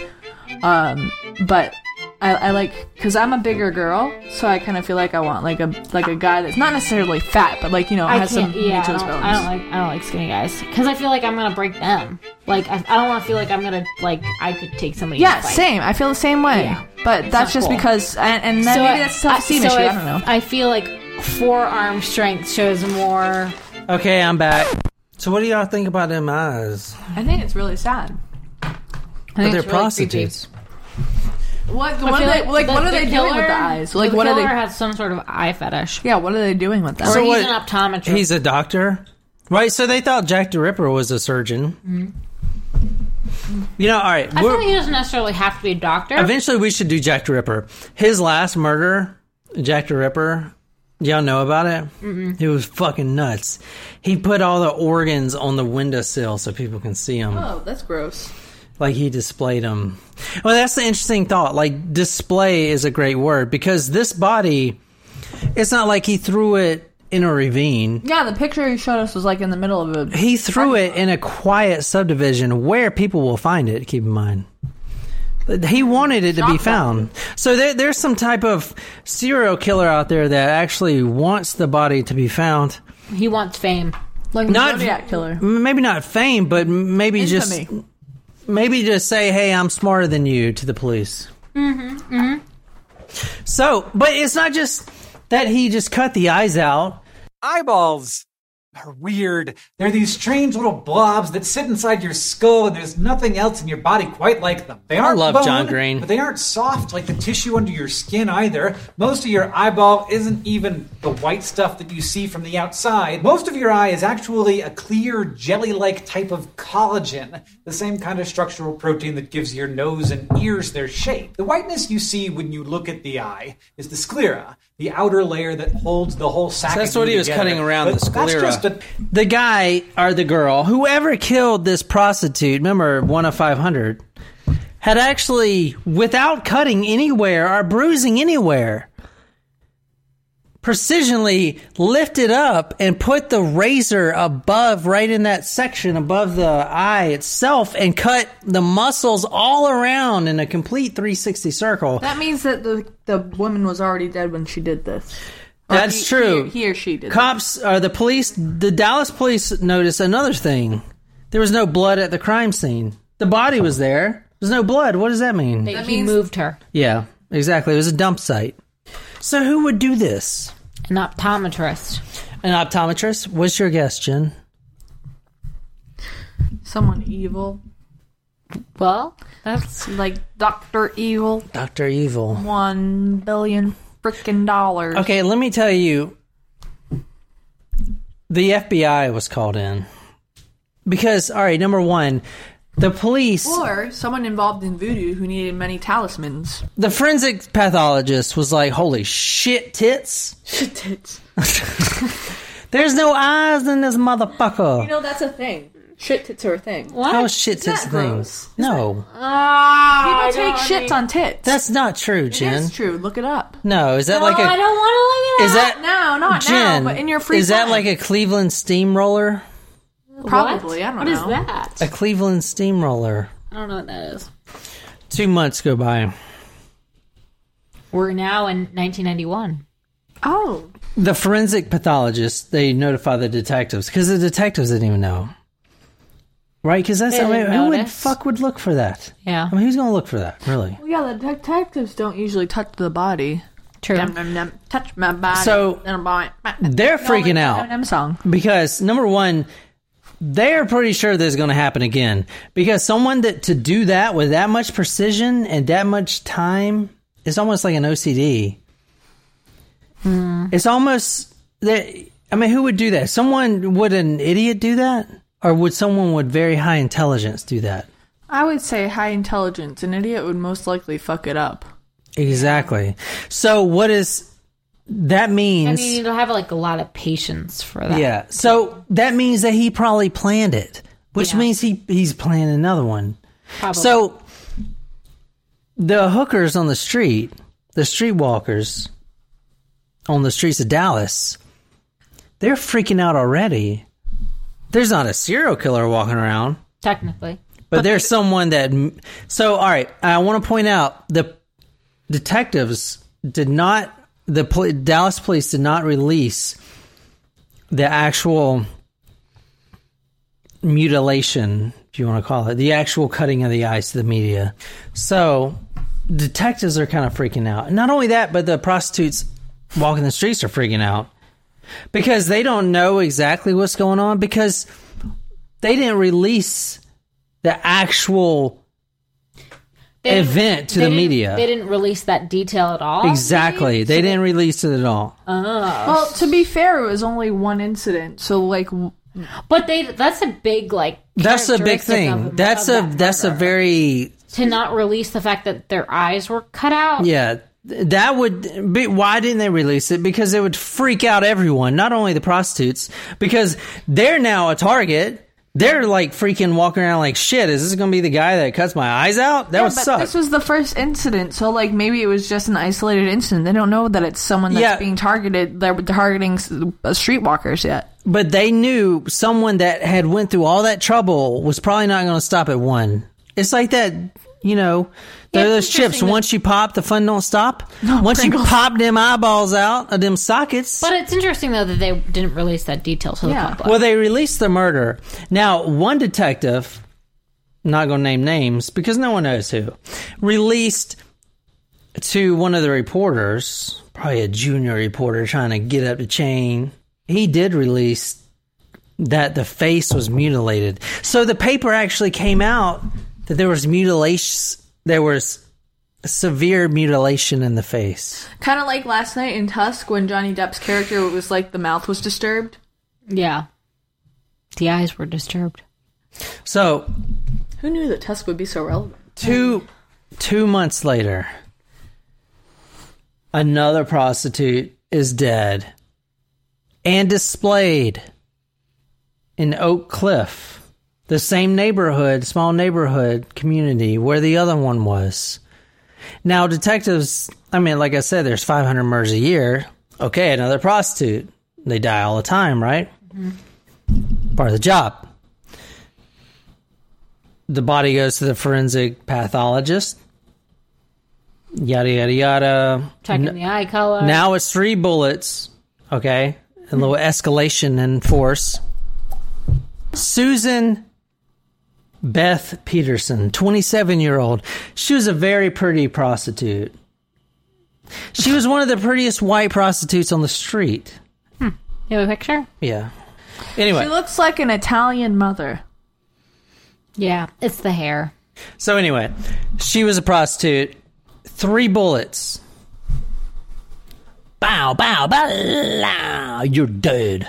Speaker 3: Um, but I, I like because I'm a bigger girl, so I kind of feel like I want like a like a guy that's not necessarily fat, but like you know
Speaker 4: I
Speaker 3: has some
Speaker 4: can't.
Speaker 3: meat
Speaker 4: Yeah.
Speaker 3: to
Speaker 4: I
Speaker 3: his
Speaker 4: don't,
Speaker 3: bones.
Speaker 4: I don't like. I don't like skinny guys because I feel like I'm gonna break them. Like I, I don't want to feel like I'm gonna like I could take somebody. in a
Speaker 3: yeah,
Speaker 4: fight.
Speaker 3: same. I feel the same way.
Speaker 4: Yeah.
Speaker 3: But that's
Speaker 4: not
Speaker 3: just
Speaker 4: cool.
Speaker 3: because, and, and then
Speaker 4: So
Speaker 3: maybe
Speaker 4: I-
Speaker 3: that's self esteem
Speaker 4: I-
Speaker 3: issue.
Speaker 4: so
Speaker 3: I don't know.
Speaker 4: I feel like forearm strength shows more.
Speaker 2: Okay, I'm back. So what do y'all think about them eyes?
Speaker 3: I think it's really sad.
Speaker 2: But
Speaker 4: it's
Speaker 2: they're
Speaker 4: really
Speaker 2: prostitutes.
Speaker 3: What? What are
Speaker 4: I feel
Speaker 3: they? Like,
Speaker 4: the-
Speaker 3: what
Speaker 4: the
Speaker 3: are they doing with
Speaker 4: killer-
Speaker 3: the eyes? Like,
Speaker 4: the
Speaker 3: what are
Speaker 4: killer
Speaker 3: they?
Speaker 4: Has some sort of eye fetish.
Speaker 3: Yeah, what are they doing with them?
Speaker 4: Or
Speaker 2: So
Speaker 4: he's
Speaker 2: what-
Speaker 4: an optometrist.
Speaker 2: He's a doctor, right? So they thought Jack the Ripper was a surgeon.
Speaker 3: Mm-hmm.
Speaker 2: You know, all right,
Speaker 4: I feel
Speaker 2: we're-
Speaker 4: like he doesn't necessarily have to be a doctor.
Speaker 2: Eventually, we should do Jack the Ripper. His last murder, Jack the Ripper. Y'all know about it? mm It was fucking nuts. He put all the organs on the windowsill so people can see them.
Speaker 3: Oh, that's gross.
Speaker 2: Like he displayed them. Well, that's the interesting thought. Like display is a great word because this body, it's not like he threw it in a ravine.
Speaker 3: Yeah, the picture you showed us was like in the middle of a.
Speaker 2: He threw it in a quiet subdivision where people will find it. Keep in mind. He wanted it to be found. So there, there's some type of serial killer out there that actually wants the body to be found.
Speaker 4: he wants fame.
Speaker 3: Like
Speaker 2: Not-
Speaker 3: a Zodiac killer.
Speaker 2: M- Maybe not fame, but m- maybe
Speaker 3: Infamy.
Speaker 2: just maybe just say, "Hey, I'm smarter than you" to the police. Mm-hmm.
Speaker 4: mm-hmm.
Speaker 2: So, but it's not just that he just cut the eyes out.
Speaker 8: eyeballs are weird. They're these strange little blobs that sit inside your skull, and there's nothing else in your body quite like them. They aren't
Speaker 2: love
Speaker 8: bone,
Speaker 2: John Green.
Speaker 8: but they aren't soft like the tissue under your skin either. Most of your eyeball isn't even the white stuff that you see from the outside. Most of your eye is actually a clear, jelly-like type of collagen, the same kind of structural protein that gives your nose and ears their shape. The whiteness you see when you look at the eye is the sclera, the outer layer that holds the whole sac.
Speaker 2: That's what he was cutting around the sclera.
Speaker 8: That's just a
Speaker 2: the guy or the girl, whoever killed this prostitute, remember one of five hundred, had actually, without cutting anywhere or bruising anywhere, precisionally lifted up and put the razor above, right in that section above the eye itself, and cut the muscles all around in a complete three sixty circle.
Speaker 3: That means that the the woman was already dead when she did this. Or
Speaker 2: That's
Speaker 3: he-
Speaker 2: true.
Speaker 3: He, he or she did.
Speaker 2: cops or the police the dallas police noticed another thing there was no blood at the crime scene the body was there there's no blood what does that mean
Speaker 4: He moved her.
Speaker 2: yeah exactly it was a dump site so who would do this
Speaker 4: An optometrist.
Speaker 2: an optometrist what's your guess jen
Speaker 3: Someone evil.
Speaker 4: Well, that's
Speaker 3: Like Doctor Evil,
Speaker 2: Dr. Evil.
Speaker 3: one billion freaking dollars.
Speaker 2: Okay, let me tell you. The FBI was called in because, all right, number one, the police,
Speaker 3: Or someone involved in voodoo who needed many talismans.
Speaker 2: the forensic pathologist was like, "Holy shit, tits!
Speaker 3: Tits.
Speaker 2: There's no eyes in this motherfucker."
Speaker 3: know that's a thing. Shit tits are a thing. People
Speaker 2: How is shit tits things?
Speaker 3: that gross?
Speaker 2: No,
Speaker 4: ah.
Speaker 3: take shits on tits.
Speaker 2: that's not true, Jen.
Speaker 3: It's true. Look it up.
Speaker 2: No, is that
Speaker 4: Oh,
Speaker 2: like
Speaker 4: I
Speaker 2: a
Speaker 4: don't want to look at
Speaker 2: is that
Speaker 3: No, not
Speaker 2: Jen?
Speaker 3: now, but in your free
Speaker 2: is that
Speaker 3: time.
Speaker 2: like a Cleveland steamroller?
Speaker 3: Probably. I don't know.
Speaker 4: What is that?
Speaker 2: A Cleveland steamroller.
Speaker 4: I don't know what that is.
Speaker 2: Two months go by.
Speaker 4: We're now in 1991.
Speaker 3: Oh.
Speaker 2: the forensic pathologist they notify the detectives because the detectives didn't even know right because that's
Speaker 4: They
Speaker 2: I mean,
Speaker 4: didn't
Speaker 2: who would
Speaker 4: notice.
Speaker 2: fuck would look for that
Speaker 4: Yeah.
Speaker 2: i mean who's gonna look for that really
Speaker 3: Well, yeah, the detectives don't usually touch the body.
Speaker 4: True.
Speaker 3: Nom, nom, nom. Touch my body.
Speaker 2: So-
Speaker 3: Nom, nom, nom.
Speaker 2: they're freaking
Speaker 3: Nom,
Speaker 2: out
Speaker 3: nom song.
Speaker 2: because number one they're pretty sure this is going to happen again because someone that to do that with that much precision and that much time is almost like an ocd
Speaker 4: Hmm.
Speaker 2: it's almost that i mean who would do that someone would an idiot do that or would someone with very high intelligence do that
Speaker 3: I would say high intelligence. An idiot would most likely fuck it up.
Speaker 2: Exactly. So what is that
Speaker 4: I
Speaker 2: means?
Speaker 4: mean, you'll have like a lot of patience for that.
Speaker 2: yeah. So that means that he probably planned it, which
Speaker 4: Yeah.
Speaker 2: means he he's planning another one.
Speaker 4: Probably.
Speaker 2: So the hookers on the street, the streetwalkers on the streets of Dallas, they're freaking out already. There's not a serial killer walking around.
Speaker 4: technically,
Speaker 2: but there's someone that so all right i want to point out the detectives did not the pol- dallas police did not release the actual mutilation if you want to call it the actual cutting of the eyes to the media so detectives are kind of freaking out not only that but the prostitutes walking the streets are freaking out because they don't know exactly what's going on because they didn't release the actual
Speaker 4: They didn't-
Speaker 2: event to
Speaker 4: they
Speaker 2: the
Speaker 4: didn't-
Speaker 2: media.
Speaker 4: They didn't release that detail at all.
Speaker 2: exactly. They didn't release it at all.
Speaker 3: Well, to be fair, it was only one incident, so like w-
Speaker 4: But they—that's a big like.
Speaker 2: That's a big
Speaker 4: characteristic
Speaker 2: thing.
Speaker 4: of- of
Speaker 2: that's a
Speaker 4: that
Speaker 2: that's a
Speaker 4: murder.
Speaker 2: very
Speaker 4: to not release the fact that their eyes were cut
Speaker 3: Oh.
Speaker 4: out.
Speaker 2: yeah. th- That would be why didn't they release it? Because it would freak out everyone, not only the prostitutes, because they're now a target. They're like freaking walking around like shit. Is this going to be the guy that cuts my eyes out? That
Speaker 3: Yeah,
Speaker 2: would
Speaker 3: but
Speaker 2: suck.
Speaker 3: This was the first incident, so like maybe it was just an isolated incident. They don't know that it's someone that's
Speaker 2: Yeah.
Speaker 3: being targeted. They're targeting s- uh, streetwalkers yet.
Speaker 2: but they knew someone that had went through all that trouble was probably not going to stop at one. It's like that, you know,
Speaker 4: Yeah,
Speaker 2: those
Speaker 4: it's
Speaker 2: chips.
Speaker 4: interesting
Speaker 2: Once you pop, the fun don't stop. Once you
Speaker 3: Pringles.
Speaker 2: pop them eyeballs out of them sockets,
Speaker 4: But it's interesting though that they didn't release that detail to the
Speaker 3: Yeah.
Speaker 4: public.
Speaker 2: well, they released the murder. Now, one detective, not going to name names because no one knows who, released to one of the reporters, probably a junior reporter trying to get up the chain. He did release that the face was mutilated. So the paper actually came out that there was mutilation. There was severe mutilation in the face.
Speaker 3: Kind of like last night in Tusk when Johnny Depp's character was like the mouth was disturbed.
Speaker 4: yeah, the eyes were disturbed.
Speaker 2: So
Speaker 3: Who knew that Tusk would be so relevant?
Speaker 2: two two months later another prostitute is dead and displayed in oak cliff the same neighborhood small neighborhood community where the other one was now detectives i mean like i said there's 500 murders a year okay another prostitute they die all the time right
Speaker 8: Mm-hmm.
Speaker 2: part of the job the body goes to the forensic pathologist. Yada yada yada.
Speaker 4: Checking the eye color.
Speaker 2: Now it's three bullets. Okay, a little
Speaker 4: Mm-hmm.
Speaker 2: escalation in force. Susan Beth Peterson, 27 year old. She was a very pretty prostitute. She was one of the prettiest white prostitutes on the street.
Speaker 4: you have a picture.
Speaker 2: Yeah. Anyway,
Speaker 3: She looks like an Italian mother.
Speaker 4: Yeah, it's the hair.
Speaker 2: So anyway, she was a prostitute. Three bullets. Bow, bow, bow. la, You're dead.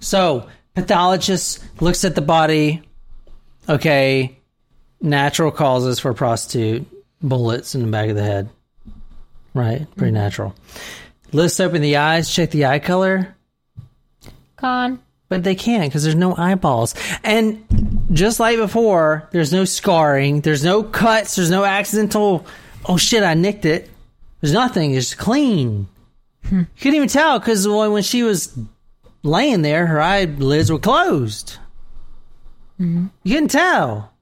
Speaker 2: So pathologist looks at the body. Okay, natural causes for prostitute bullets in the back of the head. Right, pretty natural. Let's open the eyes. Check the eye color.
Speaker 4: Con.
Speaker 2: But they can't because there's no eyeballs. And just like before, there's no scarring, there's no cuts, there's no accidental, oh shit, I nicked it. There's nothing. It's clean. You couldn't even tell because when she was laying there, her eyelids were closed. You couldn't tell.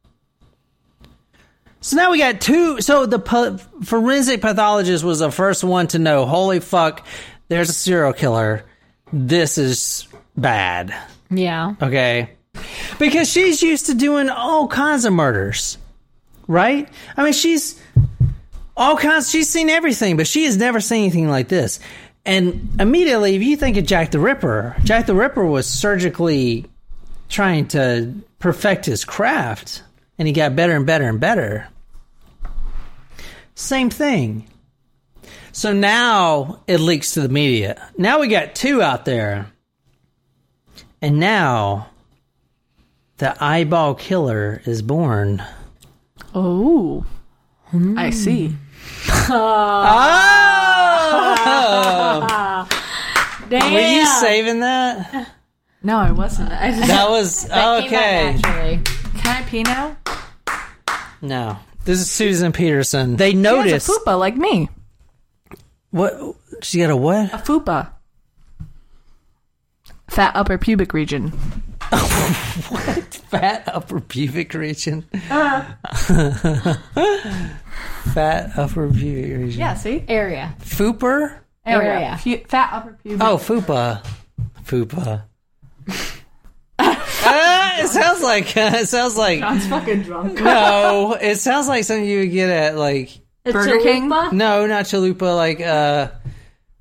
Speaker 2: So now we got two. So the po- forensic pathologist was the first one to know holy fuck, there's a serial killer. This is bad.
Speaker 4: Yeah.
Speaker 2: Okay. Because she's used to doing all kinds of murders. Right? I mean, she's all kinds, she's seen everything, but she has never seen anything like this. And immediately, if you think of Jack the Ripper, Jack the Ripper was surgically trying to perfect his craft, and he got better and better and better. Same thing. So now it leaks to the media. Now we got two out there. And now the eyeball killer is born.
Speaker 3: Oh, I see.
Speaker 2: Oh!
Speaker 4: Damn.
Speaker 2: Were you saving that?
Speaker 3: No, I wasn't. I just,
Speaker 2: That was
Speaker 4: That
Speaker 2: okay.
Speaker 4: Came out naturally.
Speaker 3: can I pee now?
Speaker 2: No. This is Susan Peterson. They
Speaker 3: She
Speaker 2: noticed
Speaker 3: has a fupa like me.
Speaker 2: what she got a
Speaker 3: A
Speaker 2: what?
Speaker 3: fupa. Fat upper pubic region.
Speaker 2: Fat upper pubic region. Fat upper pubic region.
Speaker 3: Yeah, see?
Speaker 4: Area.
Speaker 2: Fooper?
Speaker 4: Area.
Speaker 3: Fu- fat upper pubic.
Speaker 2: Oh, Fupa. Fupa. Ah, it sounds like it sounds like
Speaker 3: It's fucking drunk.
Speaker 2: no. It sounds like something you would get at like
Speaker 4: The
Speaker 3: Burger King?
Speaker 4: Chalupa?
Speaker 2: No, not chalupa. Like, uh,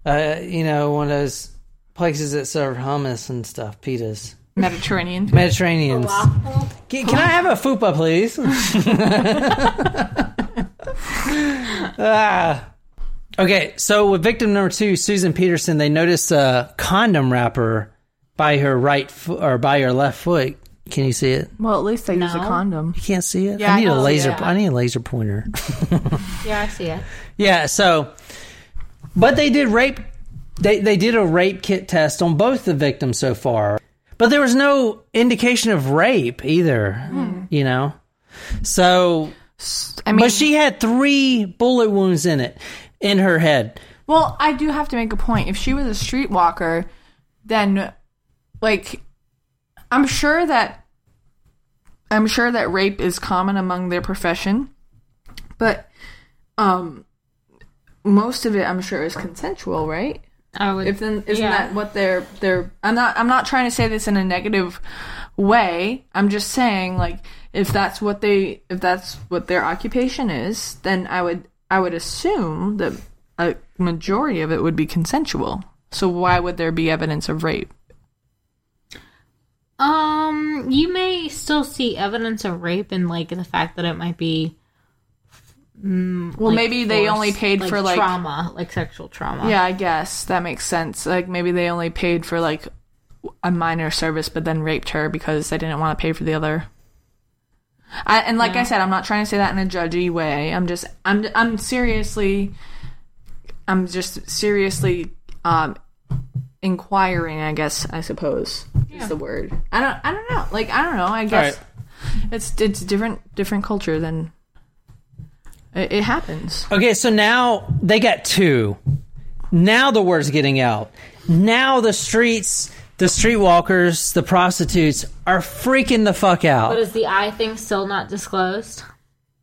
Speaker 2: uh, you know, one of those places that serve hummus and stuff, pitas,
Speaker 3: Mediterranean. Oh,
Speaker 2: Mediterraneans. Can, can I have a fupa, please? ah. Okay, so with victim number two, Susan Peterson, they noticed a condom wrapper by her right foot or by her left foot. Can you see it?
Speaker 3: Well, at least I use a
Speaker 4: No.
Speaker 3: condom.
Speaker 2: You can't see it.
Speaker 3: Yeah,
Speaker 2: I need
Speaker 3: I
Speaker 2: a
Speaker 3: can see
Speaker 2: laser.
Speaker 4: it.
Speaker 2: I need a laser pointer.
Speaker 4: Yeah, I see it.
Speaker 2: Yeah, so but they did rape they they did a rape kit test on both the victims so far. But there was no indication of rape either,
Speaker 3: Hmm.
Speaker 2: you know. So
Speaker 3: I mean,
Speaker 2: but she had 3 bullet wounds in it in her head.
Speaker 3: well, I do have to make a point. If she was a streetwalker, then, like, I'm sure that, I'm sure that rape is common among their profession, but, um, most of it, I'm sure, is consensual, right?
Speaker 4: I would,
Speaker 3: if then isn't
Speaker 4: yeah.
Speaker 3: that what they're they're i'm not i'm not trying to say this in a negative way i'm just saying like if that's what they if that's what their occupation is then i would i would assume that a majority of it would be consensual so why would there be evidence of rape
Speaker 4: Um, you may still see evidence of rape in like the fact that it might be. mm,
Speaker 3: Well,
Speaker 4: like,
Speaker 3: maybe they only paid for, like-
Speaker 4: trauma, like sexual trauma.
Speaker 3: yeah i guess that makes sense like maybe they only paid for like a minor service but then raped her because they didn't want to pay for the other I, and like I said, I'm not trying to say that in a judgy way. I'm just, I'm, I'm seriously, I'm just seriously, um, inquiring. I guess I suppose is the word. I don't, I don't know. Like I don't know. I guess it's it's different different culture than it, it happens.
Speaker 2: Okay, so now they got two. Now the word's getting out. Now the streets, the streetwalkers, the prostitutes are freaking the fuck out.
Speaker 4: But is the eye thing still not disclosed?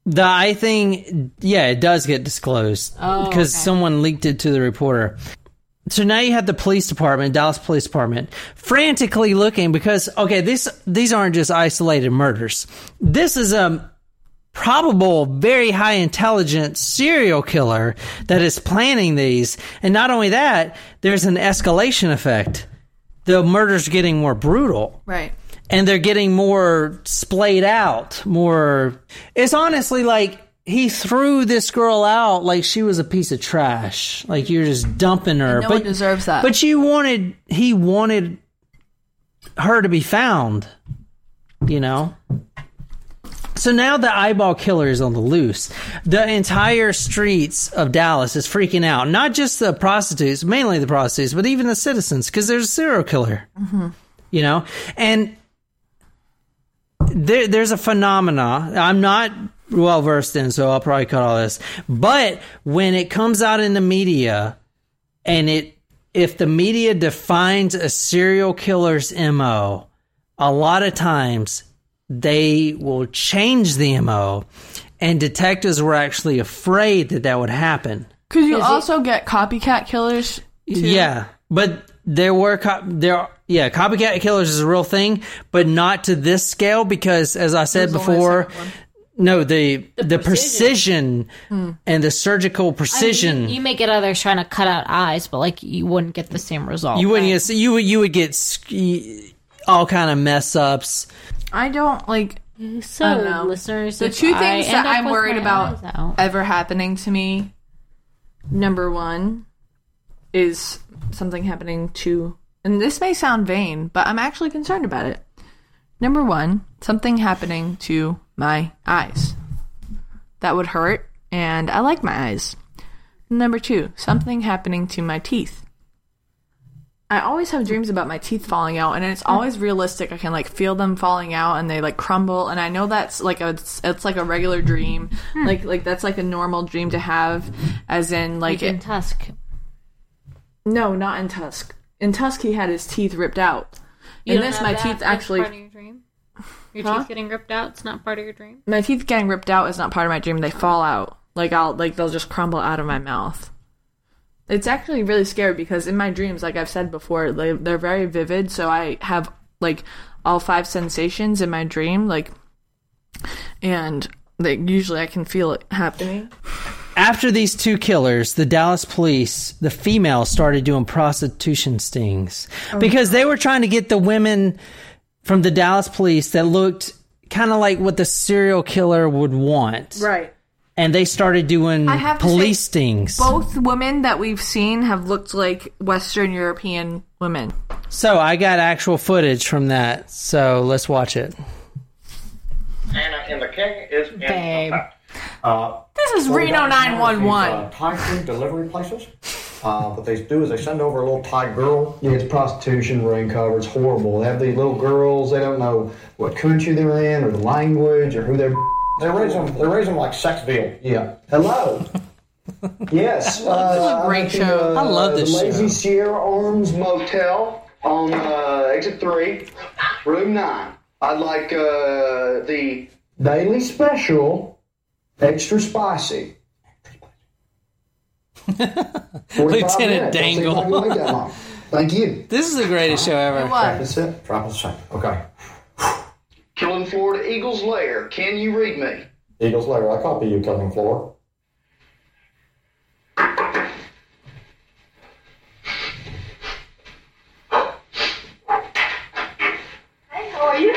Speaker 2: The eye thing, yeah, it does get disclosed
Speaker 4: Oh,
Speaker 2: because
Speaker 4: okay.
Speaker 2: someone leaked it to the reporter. So now you have the police department, Dallas Police Department, frantically looking because okay, this these aren't just isolated murders. This is a probable, very high intelligence serial killer that is planning these. And not only that, there's an escalation effect. The murders getting more brutal
Speaker 3: Right.
Speaker 2: and they're getting more splayed out, more. It's honestly like he threw this girl out like she was a piece of trash. Like you're just dumping her.
Speaker 3: No one deserves that.
Speaker 2: But you wanted, he wanted her to be found, you know? So now the eyeball killer is on the loose. The entire streets of Dallas is freaking out. Not just the prostitutes, mainly the prostitutes, but even the citizens, because there's a serial killer,
Speaker 3: Mm-hmm.
Speaker 2: you know? And there, there's a phenomena. I'm not well versed in, so I'll probably cut all this. But when it comes out in the media, and it if the media defines a serial killer's mo a lot of times they will change the mo and detectives were actually afraid that that would happen
Speaker 3: Because you also get copycat killers.
Speaker 2: yeah but there were co- there yeah copycat killers is a real thing but not to this scale because as i said
Speaker 3: There's only a
Speaker 2: before
Speaker 3: certain one.
Speaker 2: no the the, precision, and the surgical
Speaker 4: I mean,
Speaker 2: precision
Speaker 4: you, you may get others trying to cut out eyes, but like you wouldn't get the same result.
Speaker 2: you wouldn't get you would you would get sk- all kind of mess ups
Speaker 3: I don't like
Speaker 4: So,
Speaker 3: I don't know.
Speaker 4: listeners,
Speaker 3: the
Speaker 4: if
Speaker 3: two
Speaker 4: I
Speaker 3: things
Speaker 4: end
Speaker 3: that
Speaker 4: up
Speaker 3: I'm
Speaker 4: with
Speaker 3: worried
Speaker 4: my
Speaker 3: about
Speaker 4: eyes out-
Speaker 3: ever happening to me. Number one is something happening to, and this may sound vain, but I'm actually concerned about it. Number one, something happening to my eyes. That would hurt, and I like my eyes. Number two, something happening to my teeth. I always have dreams about my teeth falling out, and it's always realistic. I can like feel them falling out, and they like crumble. And I know that's like a it's, it's like a regular dream,
Speaker 4: Hmm.
Speaker 3: like like that's like a normal dream to have, as in like
Speaker 4: like in
Speaker 3: it,
Speaker 4: Tusk.
Speaker 3: no, not in Tusk. In Tusk, he had his teeth ripped out. in this, my teeth actually
Speaker 4: Part of your dream? Your
Speaker 3: Huh?
Speaker 4: teeth getting ripped out. It's not part of your dream.
Speaker 3: my teeth getting ripped out is not part of my dream. They fall out. Like I'll like they'll just crumble out of my mouth. It's actually really scary because in my dreams, like I've said before, they, they're very vivid. So I have like all five sensations in my dream, like, and like usually I can feel it happening.
Speaker 2: After these two killers, the Dallas police, the females started doing prostitution stings
Speaker 3: Oh,
Speaker 2: because they were trying to get the women from the Dallas police that looked kind of like what the serial killer would want.
Speaker 3: Right.
Speaker 2: And they started doing
Speaker 3: I have to
Speaker 2: police
Speaker 3: say,
Speaker 2: stings.
Speaker 3: Both women that we've seen have looked like Western European women.
Speaker 2: So I got actual footage from that. So let's watch it.
Speaker 7: Anna and the King is in
Speaker 4: Babe.
Speaker 7: effect.
Speaker 9: Uh,
Speaker 3: This is Reno nine one one.
Speaker 9: These, uh, Thai food delivery places. Uh, what they do is they send over a little Thai girl. Yeah, it's prostitution ring cover. It's horrible. They have these little girls. They don't know what country they're in or the language or who they're. They raise them. They raise them like Sexville. Yeah. Hello. yes. Uh,
Speaker 3: a great
Speaker 9: I'm at the,
Speaker 3: show.
Speaker 9: uh,
Speaker 2: I love this
Speaker 9: the Lazy
Speaker 2: show.
Speaker 9: Sierra Arms Motel on uh, exit three, room nine. I'd like uh, the daily special, extra spicy.
Speaker 2: Lieutenant Dangle.
Speaker 9: Dangle. Thank you.
Speaker 2: This is the greatest show ever.
Speaker 9: That's it. Drop the same. Okay.
Speaker 7: Killing Florida Eagles Lair. Can you read me?
Speaker 9: Eagles later. I copy you, Kevin Floor.
Speaker 7: Hey, how are you?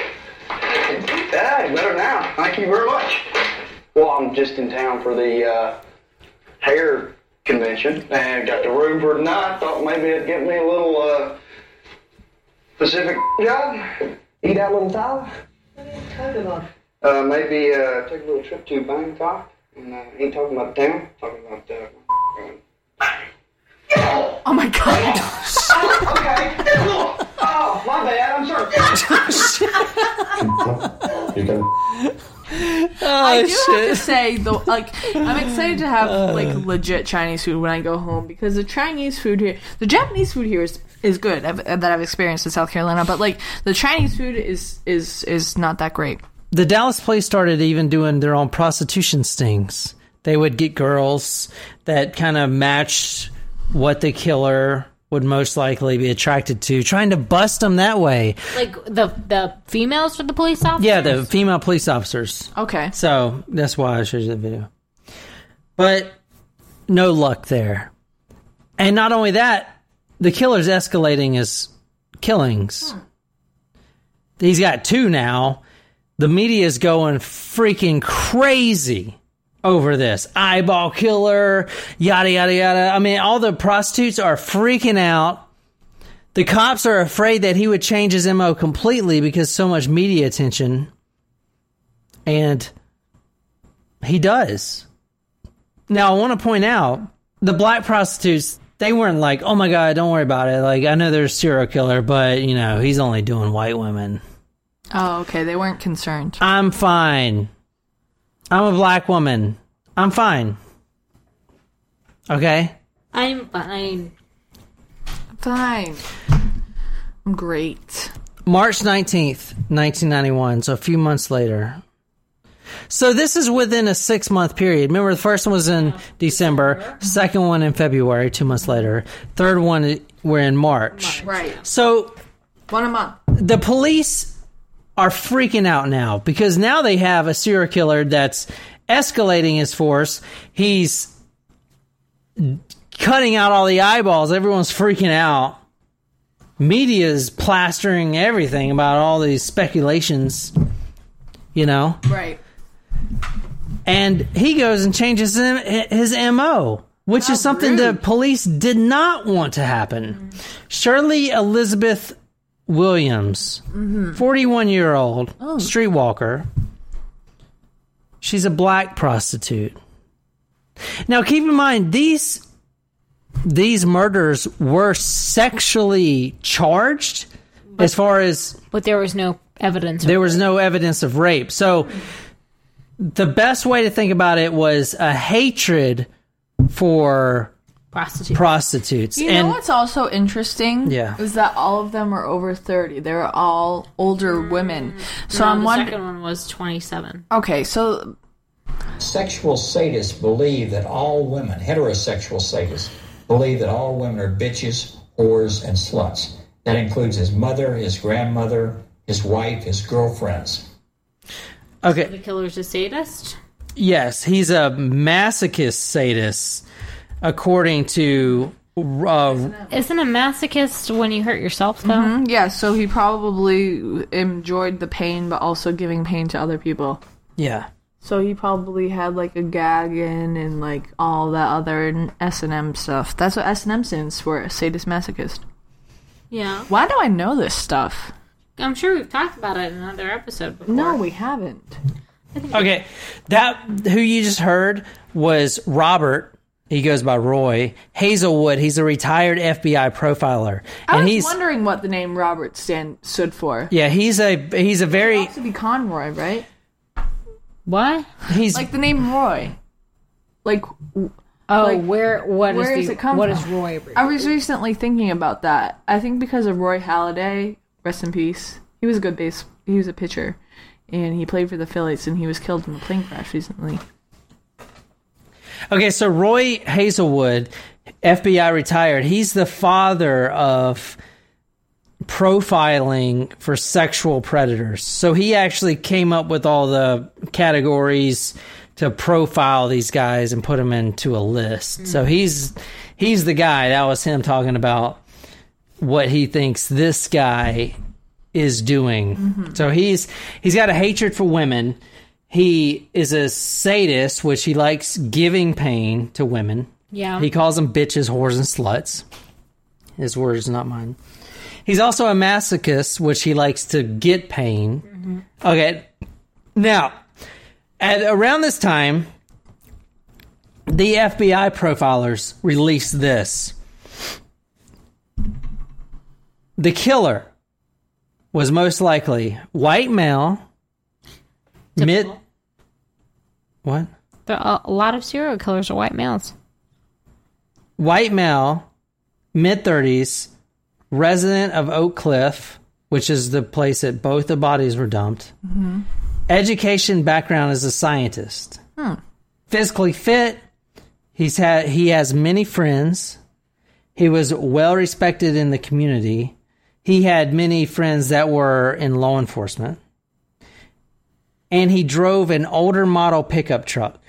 Speaker 7: Hey, better now. Thank you very much. Well, I'm just in town for the uh, hair convention and got the room for tonight. Thought maybe it'd get me a little uh, Pacific job. Eat out a little time. Uh, maybe uh, take a little trip to Bangkok. And uh, ain't talking about town, talking about uh,
Speaker 3: Oh my god!
Speaker 7: Okay. Oh, my bad. I'm sorry.
Speaker 9: You can.
Speaker 3: I do have to say though, like I'm excited to have like legit Chinese food when I go home because the Chinese food here, the Japanese food here is is good I've, that I've experienced in South Carolina, but like the Chinese food is is is not that great.
Speaker 2: the Dallas police started even doing their own prostitution stings. They would get girls that kind of matched what the killer would most likely be attracted to, trying to bust them that way.
Speaker 4: Like the the females for the police officers.
Speaker 2: Yeah, the female police officers.
Speaker 3: Okay,
Speaker 2: So that's why I showed you the video. But no luck there. And not only that, the killer's escalating his killings. He's got two now. The media's going freaking crazy over this eyeball killer, yada, yada, yada. I mean, all the prostitutes are freaking out. The cops are afraid that he would change his MO completely because so much media attention. And he does. Now, I want to point out the black prostitutes, they weren't like, oh my God, don't worry about it. Like, I know there's a serial killer, but, you know, he's only doing white women.
Speaker 3: Oh, okay. They weren't concerned.
Speaker 2: I'm fine. I'm a black woman. I'm fine. Okay?
Speaker 4: I'm fine.
Speaker 3: Fine. I'm great.
Speaker 2: March 19th, 1991. So a few months later. So this is within a six month period. Remember, the first one was in December, second one in February, two months later, third one we're in March.
Speaker 3: Right.
Speaker 2: So
Speaker 3: One a month.
Speaker 2: the police are freaking out now because now they have a serial killer that's escalating his force. He's cutting out all the eyeballs. Everyone's freaking out. Media's plastering everything about all these speculations, you know?
Speaker 3: Right.
Speaker 2: and he goes and changes his, his mo which is something the police did not want to happen shirley elizabeth williams 41 year old streetwalker she's a black prostitute now keep in mind these these murders were sexually charged as far as
Speaker 4: But there was no evidence.
Speaker 2: there was no evidence of rape. So the best way to think about it was a hatred for
Speaker 4: prostitute.
Speaker 2: prostitutes.
Speaker 3: You
Speaker 2: and
Speaker 3: know what's also interesting?
Speaker 2: Yeah.
Speaker 3: Is that all of them are over 30. They're all older women.
Speaker 4: Mm.
Speaker 3: So
Speaker 4: No,
Speaker 3: I'm
Speaker 4: the
Speaker 3: wondering.
Speaker 4: second one was 27.
Speaker 3: Okay, so
Speaker 10: Sexual sadists believe that all women, heterosexual sadists, believe that all women are bitches, whores, and sluts. That includes his mother, his grandmother, his wife, his girlfriends.
Speaker 2: okay,
Speaker 4: The killer's a sadist.
Speaker 2: yes, he's a masochist sadist according to uh,
Speaker 4: Isn't a masochist when you hurt yourself, though?
Speaker 3: mm-hmm, yeah, so he probably enjoyed the pain, but also giving pain to other people.
Speaker 2: yeah.
Speaker 3: So he probably had like a gagging and like all that other S and M stuff. That's what S and M stands for: sadist masochist.
Speaker 4: Yeah.
Speaker 3: Why do I know this stuff?
Speaker 4: I'm sure we've talked about it in another episode before.
Speaker 3: No, we haven't.
Speaker 2: Okay, that who you just heard was Robert. He goes by Roy Hazelwood. He's a retired FBI profiler,
Speaker 3: I
Speaker 2: and
Speaker 3: was
Speaker 2: he's
Speaker 3: wondering what the name Robert stand stood for.
Speaker 2: yeah he's a he's a
Speaker 3: It
Speaker 2: very
Speaker 3: has to be Conroy, right?
Speaker 4: What?
Speaker 2: he's
Speaker 3: Like the name Roy. Like
Speaker 4: Oh,
Speaker 3: Like,
Speaker 4: where? What is
Speaker 3: where does
Speaker 4: the,
Speaker 3: it come
Speaker 4: what
Speaker 3: from?
Speaker 4: is Roy? Brewster?
Speaker 3: I was recently thinking about that. I think because of Roy Halladay, rest in peace. He was a good base. He was a pitcher, and he played for the Phillies. And he was killed in a plane crash recently.
Speaker 2: Okay, so Roy Hazelwood, FBI retired, he's the father of profiling for sexual predators. So he actually came up with all the categories to profile these guys and put them into a list. So he's he's the guy. That was him talking about what he thinks this guy is doing. So he's he's got a hatred for women. He is a sadist, which he likes giving pain to women.
Speaker 4: yeah.
Speaker 2: He calls them bitches, whores, and sluts. His words, not mine. He's also a masochist, which he likes to get pain. Okay. Now, at around this time, the FBI profilers released this. The killer was most likely white male, mid.
Speaker 4: Typical.
Speaker 2: What?
Speaker 4: There are a lot of serial killers are white males.
Speaker 2: white male, mid 30s, resident of Oak Cliff, which is the place that both the bodies were dumped.
Speaker 4: Mm-hmm.
Speaker 2: Education background as a scientist. Physically fit. He's had he has many friends. He was well respected in the community. He had many friends that were in law enforcement. And he drove an older model pickup truck.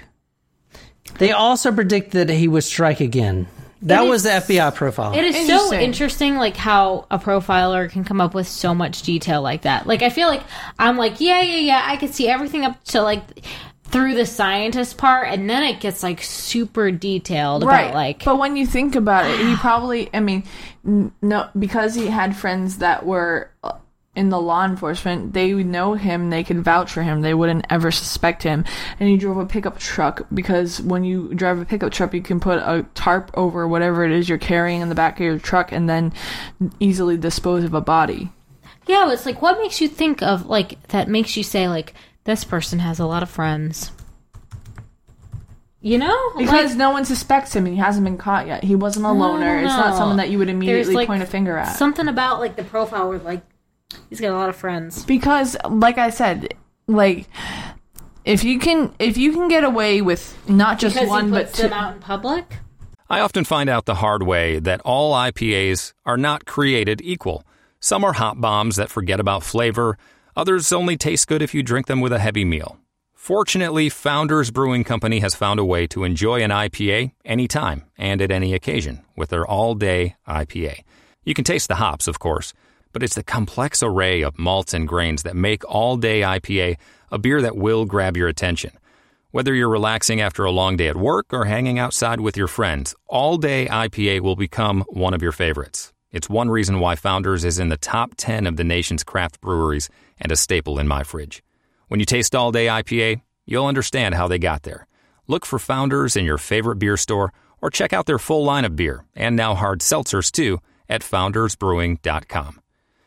Speaker 2: They also predict that he would strike again That
Speaker 4: It
Speaker 2: was the
Speaker 4: is-
Speaker 2: FBI profile.
Speaker 4: It is so
Speaker 3: Interesting.
Speaker 4: interesting, like how a profiler can come up with so much detail like that. Like I feel like I'm like, yeah, yeah, yeah. I could see everything up to like through the scientist part, and then it gets like super detailed about like
Speaker 3: but when you think about it he probably i mean n- no because he had friends that were uh, in the law enforcement they would know him they could vouch for him they wouldn't ever suspect him and he drove a pickup truck because when you drive a pickup truck you can put a tarp over whatever it is you're carrying in the back of your truck and then easily dispose of a body
Speaker 4: yeah. It's like what makes you think of like that makes you say like this person has a lot of friends. You know,
Speaker 3: because no one suspects him and he hasn't been caught yet he wasn't a loner it's not
Speaker 4: no.
Speaker 3: someone that you would immediately
Speaker 4: like,
Speaker 3: point a finger at
Speaker 4: something about like the profile where like he's got a lot of friends.
Speaker 3: because like i said like if you can if you can get away with not just
Speaker 4: Because
Speaker 3: one
Speaker 4: he
Speaker 3: but
Speaker 4: puts
Speaker 3: two
Speaker 4: them out in public.
Speaker 11: I often find out the hard way that all IPAs are not created equal. Some are hot bombs that forget about flavor, others only taste good if you drink them with a heavy meal. Fortunately, Founders Brewing Company has found a way to enjoy an IPA anytime and at any occasion with their all day IPA. You can taste the hops, of course, but it's the complex array of malts and grains that make all day IPA a beer that will grab your attention. Whether you're relaxing after a long day at work or hanging outside with your friends, all day IPA will become one of your favorites. It's one reason why Founders is in the top 10 of the nation's craft breweries and a staple in my fridge. When you taste all day IPA, you'll understand how they got there. Look for Founders in your favorite beer store or check out their full line of beer and now hard seltzers too at foundersbrewing.com.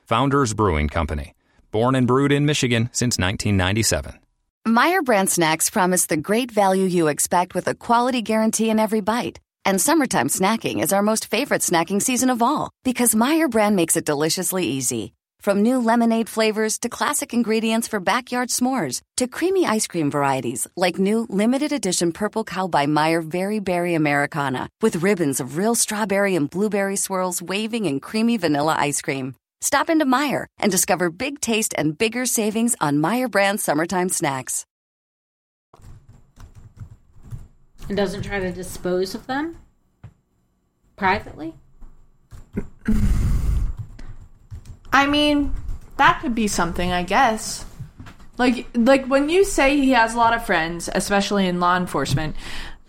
Speaker 11: Founders Brewing Company, born and brewed in Michigan since 1997.
Speaker 12: Meyer brand snacks promise the great value you expect with a quality guarantee in every bite. And summertime snacking is our most favorite snacking season of all because Meyer brand makes it deliciously easy. From new lemonade flavors to classic ingredients for backyard s'mores to creamy ice cream varieties like new limited edition Purple Cow by Meyer Very Berry Americana with ribbons of real strawberry and blueberry swirls waving in creamy vanilla ice cream. Stop into Meyer and discover big taste and bigger savings on Meyer brand summertime snacks.
Speaker 4: and doesn't try to dispose of them privately.
Speaker 3: i mean that could be something i guess like like when you say he has a lot of friends especially in law enforcement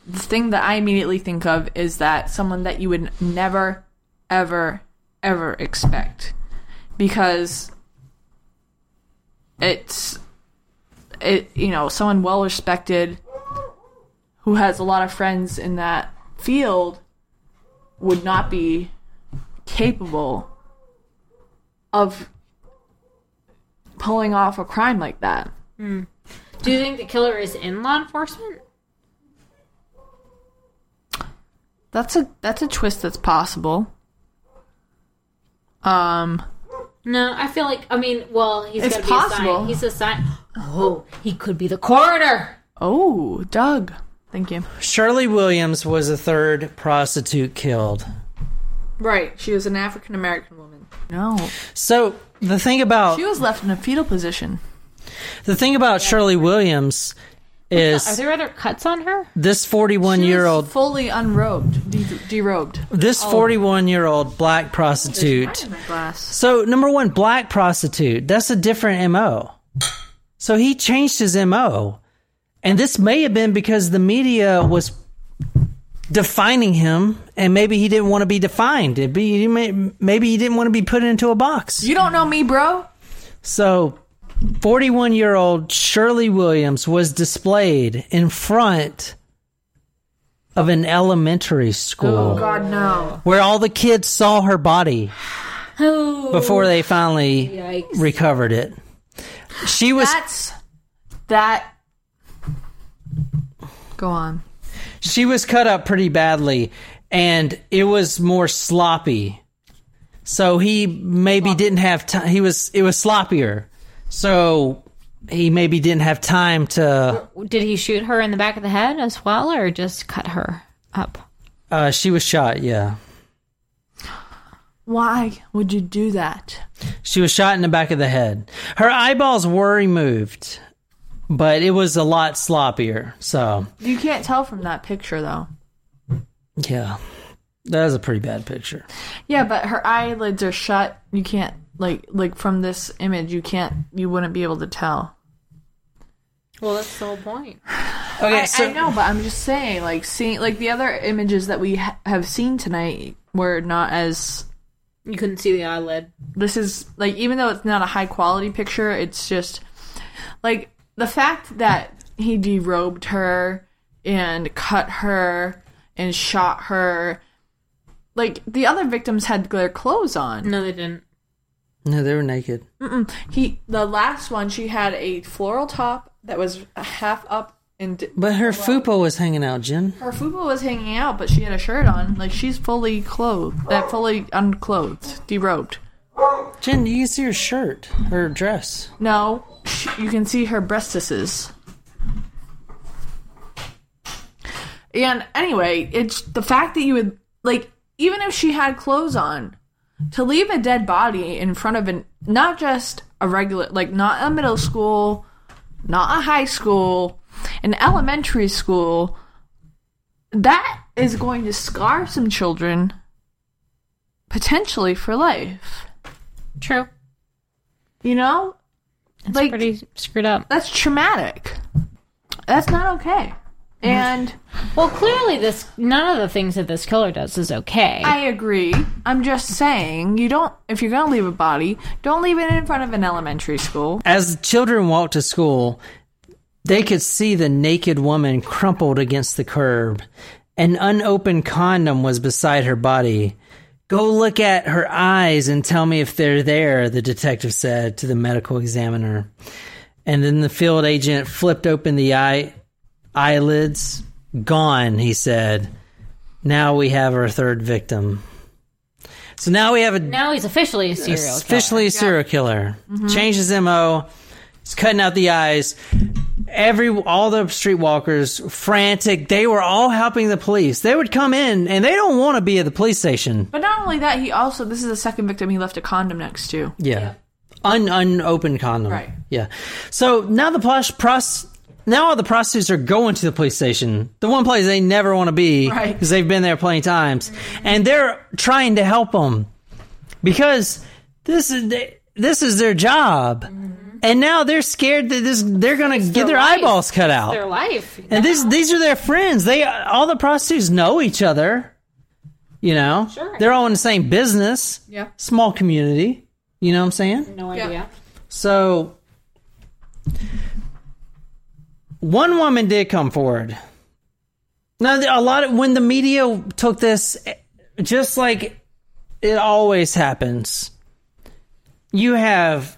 Speaker 3: the thing that i immediately think of is that someone that you would never ever ever expect because it's it you know someone well respected who has a lot of friends in that field would not be capable of pulling off a crime like that
Speaker 4: Hmm. Do you think the killer is in law enforcement?
Speaker 3: that's a that's a twist that's possible um
Speaker 4: No, I feel like I mean, well, he's
Speaker 3: It's
Speaker 4: gonna Be a
Speaker 3: possible.
Speaker 4: sign. He's a sign. Oh, he could be the coroner.
Speaker 3: oh doug thank you
Speaker 2: Shirley Williams was the third prostitute killed.
Speaker 3: right she was an african american woman no
Speaker 2: So the thing about
Speaker 3: she was left in a fetal position
Speaker 2: the thing about Shirley Williams
Speaker 4: Are
Speaker 2: is
Speaker 4: there other cuts on her?
Speaker 2: this 41
Speaker 3: She
Speaker 2: year
Speaker 3: was
Speaker 2: old
Speaker 3: fully unrobed de- derobed
Speaker 2: this 41 year old black prostitute. So number one, black prostitute. That's a different mo. So he changed his mo, and this may have been because the media was defining him, and maybe he didn't want to be defined. It'd be, he may- maybe he didn't want to be put into a box.
Speaker 3: you don't know me bro
Speaker 2: So, 41 year old Shirley Williams was displayed in front of an elementary school
Speaker 3: Oh, god no
Speaker 2: where all the kids saw her body
Speaker 4: Oh,
Speaker 2: before they finally
Speaker 4: yikes.
Speaker 2: recovered it. She was
Speaker 3: that's that go on
Speaker 2: she was cut up pretty badly and it was more sloppy. So he maybe didn't have time he was it was sloppier. So he maybe didn't have time to
Speaker 4: Did he shoot her in the back of the head as well, or just cut her up?
Speaker 2: uh she was shot, yeah.
Speaker 3: why would you do that
Speaker 2: She was shot in the back of the head. Her eyeballs were removed, but it was a lot sloppier. So,
Speaker 3: You can't tell from that picture, though.
Speaker 2: yeah. That is a pretty bad picture.
Speaker 3: Yeah, but her eyelids are shut. You can't like like from this image, you can't you wouldn't be able to tell.
Speaker 4: Well, that's the whole point.
Speaker 2: Okay,
Speaker 3: I,
Speaker 2: so
Speaker 3: I know, but I'm just saying like seeing like the other images that we ha- have seen tonight were not as
Speaker 4: You couldn't see the eyelid.
Speaker 3: this is like even though it's not a high quality picture, it's just like the fact that he derobed her and cut her and shot her. Like the other victims had their clothes on.
Speaker 4: No, they didn't.
Speaker 2: no, they were naked.
Speaker 3: He the last one she had a floral top that was half up and d-
Speaker 2: But her fupa was hanging out, Jen.
Speaker 3: her fupa was hanging out, but she had a shirt on. Like she's fully clothed, that fully unclothed, derobed.
Speaker 2: Jen, you can see her shirt, her dress.
Speaker 3: No, sh- you can see her breastises. And anyway, it's the fact that you would like even if she had clothes on to leave a dead body in front of an not just a regular like not a middle school, not a high school, an elementary school that is going to scar some children potentially for life.
Speaker 4: True.
Speaker 3: You know?
Speaker 4: It's
Speaker 3: Like-
Speaker 4: pretty screwed up.
Speaker 3: that's traumatic. That's not okay. And
Speaker 4: Well, clearly, this none of the things that this killer does is okay.
Speaker 3: I agree. I'm just saying, you don't, if you're going to leave a body, don't leave it in front of an elementary school.
Speaker 2: As children walked to school, they could see the naked woman crumpled against the curb. An unopened condom was beside her body. Go look at her eyes and tell me if they're there, the detective said to the medical examiner. And then the field agent flipped open the eye eyelids. Gone, he said. Now we have our third victim. So now we have a
Speaker 4: now he's officially a serial killer.
Speaker 2: officially a serial killer. Changed his mo. He's cutting out the eyes. Every all the streetwalkers frantic. They were all helping the police. They would come in and they don't want to be at the police station.
Speaker 3: But not only that, he also, this is the second victim he left a condom next to.
Speaker 2: Yeah, Un unopened condom.
Speaker 3: Right.
Speaker 2: Yeah. So now the plus pros. Now all the prostitutes are going to the police station, the one place they never want to be, because
Speaker 3: Right.
Speaker 2: they've been there plenty of times, and they're trying to help them because this is they- this is their job, and now they're scared that this they're gonna get their
Speaker 4: life.
Speaker 2: eyeballs cut out.
Speaker 4: Their life.
Speaker 2: and this these are their friends. They all the prostitutes know each other. You know,
Speaker 4: Sure.
Speaker 2: they're all in the same business,
Speaker 3: Yeah.
Speaker 2: small community. You know what I'm saying?
Speaker 4: No idea.
Speaker 3: Yeah.
Speaker 2: So, one woman did come forward. Now, the- a lot of when the media took this, just like it always happens, you have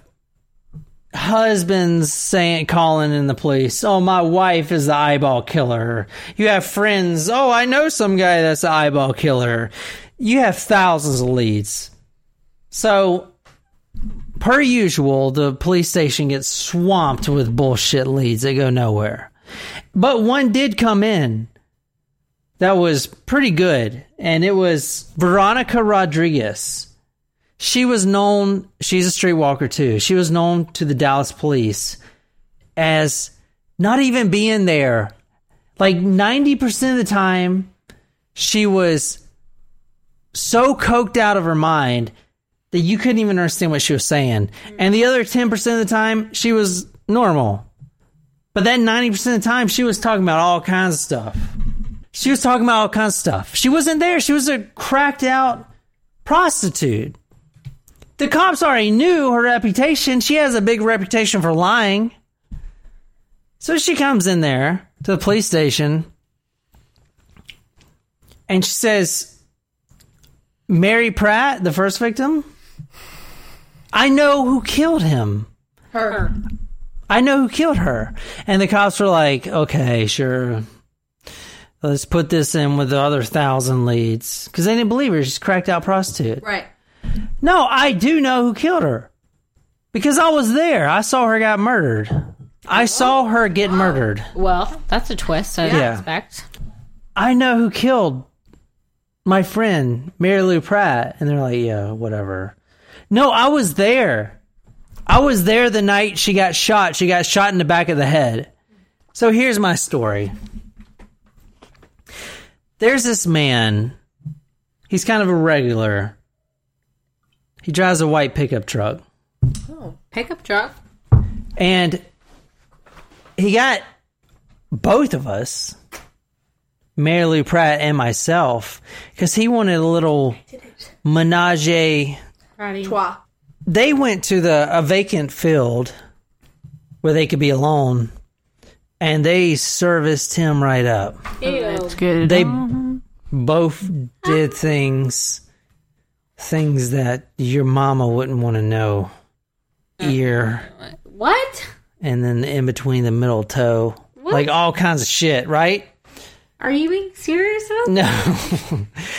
Speaker 2: husbands saying, calling in the police, oh, my wife is the eyeball killer. You have friends, oh, I know some guy that's the eyeball killer. You have thousands of leads. So, per usual, the police station gets swamped with bullshit leads that go nowhere. But one did come in that was pretty good, and it was Veronica Rodriguez. She was known, she's a streetwalker too. She was known to the Dallas police as not even being there. Like 90% of the time, she was so coked out of her mind that you couldn't even understand what she was saying. And the other 10% of the time, she was normal. But that 90% of the time, she was talking about all kinds of stuff. She was talking about all kinds of stuff. She wasn't there. She was a cracked out prostitute. The cops already knew her reputation. She has a big reputation for lying. So she comes in there to the police station and she says, Mary Pratt, the first victim, I know who killed him.
Speaker 4: Her.
Speaker 2: I know who killed her. And the cops were like, okay, sure. Let's put this in with the other thousand leads. Because they didn't believe her. She's a cracked out prostitute.
Speaker 3: Right.
Speaker 2: No, I do know who killed her. Because I was there. I saw her got murdered. I saw her get murdered.
Speaker 4: Well, that's a twist. I didn't
Speaker 2: Yeah.
Speaker 4: expect.
Speaker 2: I know who killed my friend Mary Lou Pratt, and they're like, yeah, whatever. No, I was there. I was there the night she got shot. She got shot in the back of the head. So here's my story. There's this man He's kind of a regular. He drives a white pickup truck.
Speaker 3: Oh,
Speaker 4: Pickup truck.
Speaker 2: And he got both of us, Mary Lou Pratt and myself, because he wanted a little menage. a-
Speaker 4: Karate.
Speaker 3: Twa.
Speaker 2: They went to the a vacant field where they could be alone, and they serviced him right up.
Speaker 4: Ew.
Speaker 3: Good.
Speaker 2: They both did things, things that your mama wouldn't want to know. Ear.
Speaker 4: What?
Speaker 2: and then in between the middle toe,
Speaker 4: What?
Speaker 2: like all kinds of shit, right?
Speaker 4: Are you being serious? About
Speaker 2: No,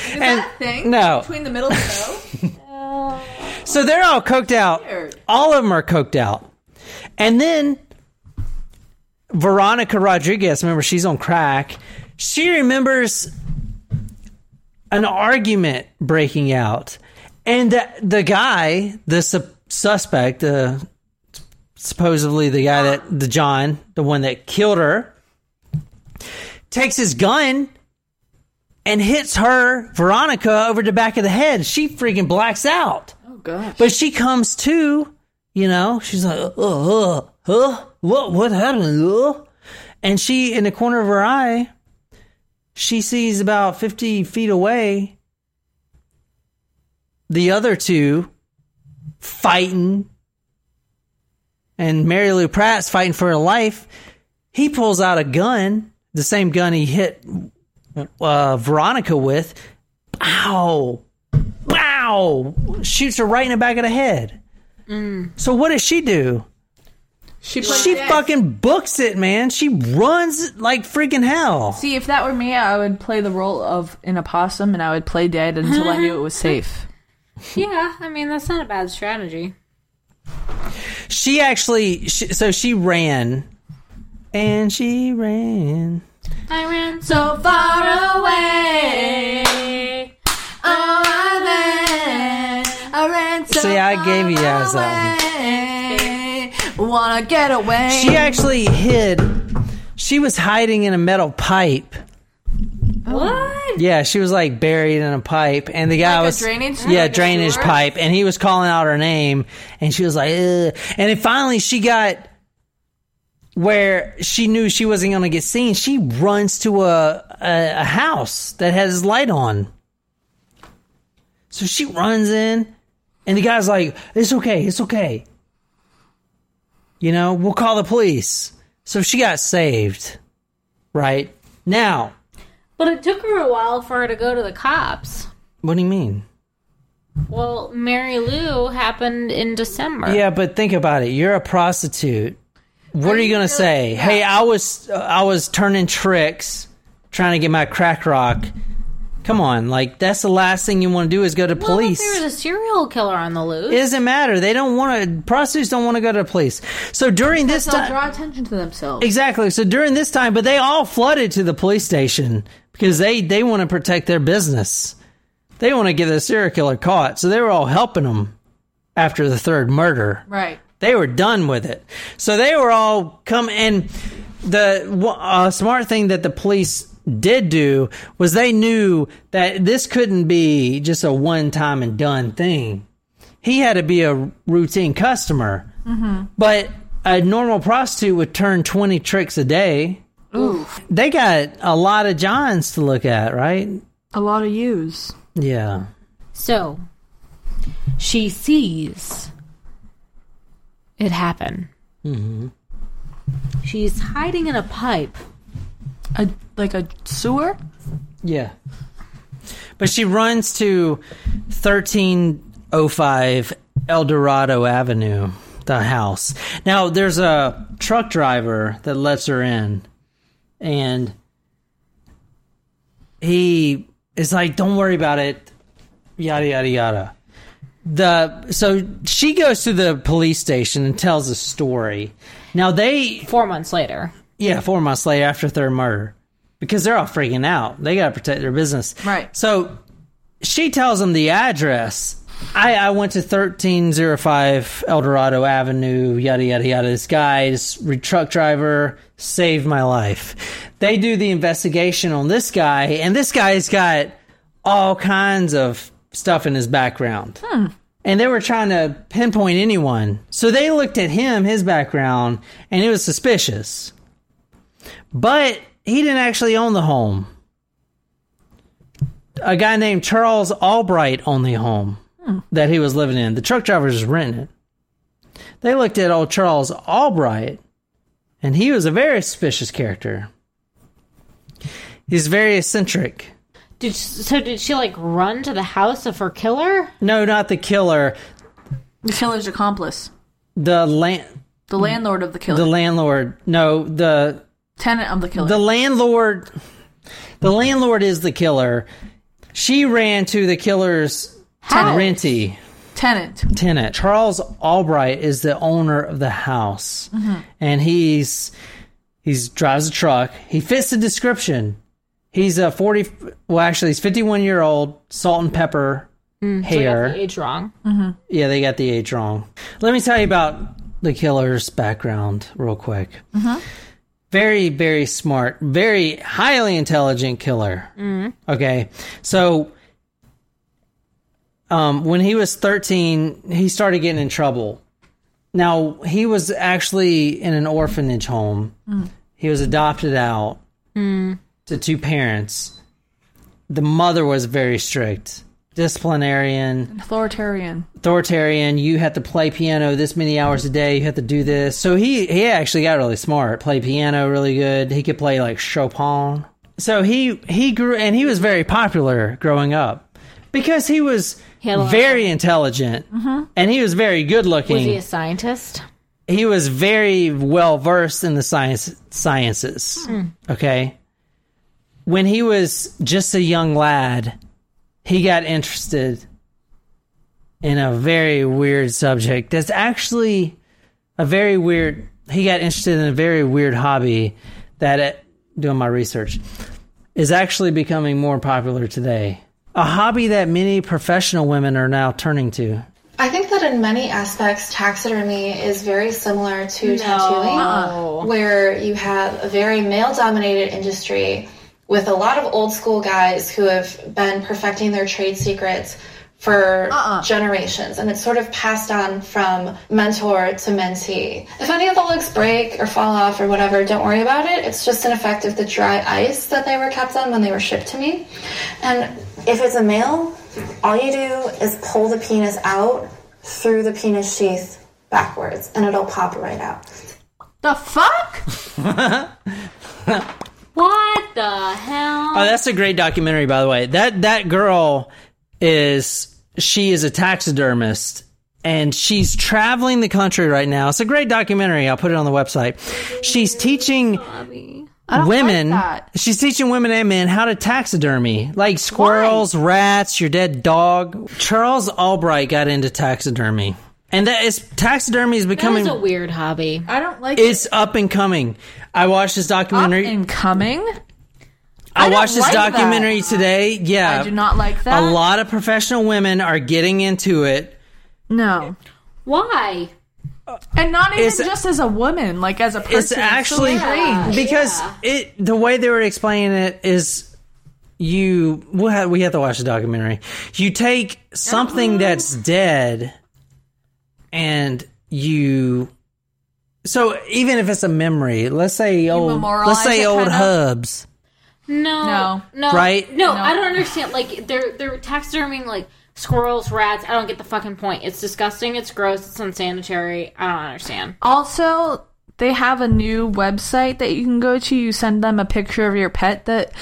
Speaker 3: Is that a thing?
Speaker 2: no.
Speaker 3: Between the middle toe?
Speaker 2: so they're all coked out. All of them are coked out, and then Veronica Rodriguez. Remember, she's on crack. She remembers an argument breaking out, and the, the guy, the su- suspect, uh, supposedly the guy that the John, the one that killed her, takes his gun and hits her Veronica over the back of the head. She freaking blacks out.
Speaker 3: Oh, gosh.
Speaker 2: But she comes to, you know, she's like, uh, uh, uh, what, what happened? Uh? And she, in the corner of her eye, she sees about 50 feet away the other two fighting. And Mary Lou Pratt's fighting for her life. He pulls out a gun, the same gun he hit uh, Veronica with. Ow! Wow! Shoots her right in the back of the head.
Speaker 4: Mm.
Speaker 2: So what does she do?
Speaker 3: She,
Speaker 2: She fucking books it, man. She runs like freaking hell.
Speaker 3: See, if that were me, I would play the role of an opossum and I would play dead until I knew it was safe.
Speaker 4: Yeah, I mean that's not a bad strategy.
Speaker 2: She actually, she, so she ran, and she ran.
Speaker 4: I ran so far away. Oh, I ran. I ran so
Speaker 2: See, I gave you guys that. one.
Speaker 3: Wanna get away?
Speaker 2: She actually hid. She was hiding in a metal pipe.
Speaker 4: What?
Speaker 2: Yeah, she was like buried in a pipe, and the guy
Speaker 3: Like a
Speaker 2: was
Speaker 3: drainage-
Speaker 2: yeah
Speaker 3: like a
Speaker 2: drainage
Speaker 3: sewer?
Speaker 2: pipe, and he was calling out her name, and she was like, Ugh. and then finally she got where she knew she wasn't going to get seen. She runs to a, a a house that has light on, so she runs in, and the guy's like, "It's okay, it's okay," you know, we'll call the police. So she got saved, right now.
Speaker 4: But it took her a while for her to go to the cops.
Speaker 2: What do you mean?
Speaker 4: Well, Mary Lou happened in December.
Speaker 2: Yeah, but think about it. You're a prostitute. What are you gonna say? Hey, I was uh, I was turning tricks, trying to get my crack rock. Come on, like that's the last thing you want to do is go to
Speaker 4: Well,
Speaker 2: police.
Speaker 4: There was a serial killer on the loose.
Speaker 2: it doesn't matter. They don't want to. Prostitutes don't want to go to the police. So during this
Speaker 3: They'll
Speaker 2: time,
Speaker 3: draw attention to themselves.
Speaker 2: exactly. So during this time, but they all flooded to the police station because they they want to protect their business. They want to get the serial killer caught. So they were all helping them after the third murder.
Speaker 3: Right.
Speaker 2: They were done with it. So they were all come and the uh, smart thing that the police did do was they knew that this couldn't be just a one time and done thing. He had to be a routine customer.
Speaker 8: Mm-hmm.
Speaker 2: But a normal prostitute would turn 20 tricks a day. Oof. They got a lot of Johns to look at, right?
Speaker 3: A lot of use.
Speaker 2: Yeah.
Speaker 4: So she sees it happen. Mm-hmm. She's hiding in a pipe.
Speaker 3: A, like a sewer?
Speaker 2: Yeah. But she runs to 1305 El Dorado Avenue, the house. Now, there's a truck driver that lets her in, and he is like, Don't worry about it, yada, yada, yada. The so she goes to the police station and tells a story. Now they
Speaker 4: Four months later,
Speaker 2: yeah, four months later after third murder, because they're all freaking out. They got to protect their business,
Speaker 3: Right.
Speaker 2: So she tells them the address. I, I went to thirteen zero five El Dorado Avenue. Yada yada yada. This guy, this re- truck driver, saved my life. They do the investigation on this guy, and this guy's got all kinds of stuff in his background. And they were trying to pinpoint anyone. So they looked at him, his background, and it was suspicious. But he didn't actually own the home. A guy named Charles Albright owned the home that he was living in. The truck driver was renting it. They looked at old Charles Albright, and he was a very suspicious character. He's very eccentric.
Speaker 4: Did so? Did she like run to the house of her killer?
Speaker 2: No, not the killer.
Speaker 3: The killer's accomplice.
Speaker 2: The land,
Speaker 3: The landlord of the killer.
Speaker 2: the landlord. No, the
Speaker 3: tenant of the killer.
Speaker 2: the landlord. The landlord is the killer. She ran to the killer's
Speaker 4: House.
Speaker 2: renty
Speaker 3: tenant.
Speaker 2: tenant. Charles Albright is the owner of the house, and he's he's drives a truck. He fits the description. He's a forty. Well, actually, he's fifty-one year old, salt and pepper hair.
Speaker 4: Mm, Got the age wrong.
Speaker 3: Mm-hmm.
Speaker 2: Yeah, they got the age wrong. Let me tell you about the killer's background real quick. Very, very smart, very highly intelligent killer. Okay, so um, when he was 13, he started getting in trouble. Now, he was actually in an orphanage home,
Speaker 3: Hmm.
Speaker 2: he was adopted out to two parents. The mother was very strict, disciplinarian
Speaker 3: Authoritarian.
Speaker 2: authoritarian. You have to play piano this many hours a day. You have to do this. So he he actually got really smart. Played piano really good. He could play like Chopin. So he he grew and he was very popular growing up because he was
Speaker 4: had a lot of
Speaker 2: very intelligent
Speaker 3: Mm-hmm.
Speaker 2: and he was very good looking.
Speaker 4: Was he a scientist?
Speaker 2: he was very well versed in the science sciences. Okay. When he was just a young lad, he got interested in a very weird subject. That's actually a very weird. He got interested in a very weird hobby that, uh, doing my research, is actually becoming more popular today. A hobby that many professional women are now turning to.
Speaker 13: I think that in many aspects, taxidermy is very similar to tattooing, where you have a very male dominated industry with a lot of old school guys who have been perfecting their trade secrets for generations. And it's sort of passed on from mentor to mentee. If any of the looks break or fall off or whatever, don't worry about it. It's just an effect of the dry ice that they were kept on when they were shipped to me. And if it's a male, all you do is pull the penis out through the penis sheath backwards, and it'll pop right out.
Speaker 3: The fuck?
Speaker 4: What the hell?
Speaker 2: Oh, that's a great documentary, by the way. That that girl is she is a taxidermist and she's traveling the country right now. It's a great documentary. I'll put it on the website. She's teaching women
Speaker 3: that.
Speaker 2: she's teaching women and men how to taxidermy like squirrels rats your dead dog charles albright got into taxidermy and that is taxidermy is
Speaker 4: that
Speaker 2: becoming
Speaker 4: was a weird hobby.
Speaker 3: I don't like
Speaker 2: it's up and coming i watched this
Speaker 3: up
Speaker 2: documentary
Speaker 3: and coming.
Speaker 2: i,
Speaker 3: don't
Speaker 2: watched this
Speaker 3: like that.
Speaker 2: documentary today yeah
Speaker 3: I do not like that.
Speaker 2: A lot of professional women are getting into it.
Speaker 3: No.
Speaker 4: Why?
Speaker 3: And not even
Speaker 2: It's-
Speaker 3: just as a woman, like as a person.
Speaker 2: It's actually
Speaker 3: strange.
Speaker 2: because it the way they were explaining it is you we'll have, we have to watch the documentary. You take something
Speaker 3: Uh-huh.
Speaker 2: that's dead and you so even if it's a memory, let's say old let's
Speaker 3: memorialize
Speaker 2: say
Speaker 3: it,
Speaker 2: old
Speaker 3: kinda?
Speaker 2: hubs.
Speaker 4: No,
Speaker 3: No.
Speaker 4: no, no,
Speaker 2: Right?
Speaker 4: No, I don't understand. Like they're they're taxiderming like squirrels, rats. I don't get the fucking point. It's disgusting. It's gross. It's unsanitary. I don't understand.
Speaker 3: Also, they have a new website that you can go to. You send them a picture of your pet that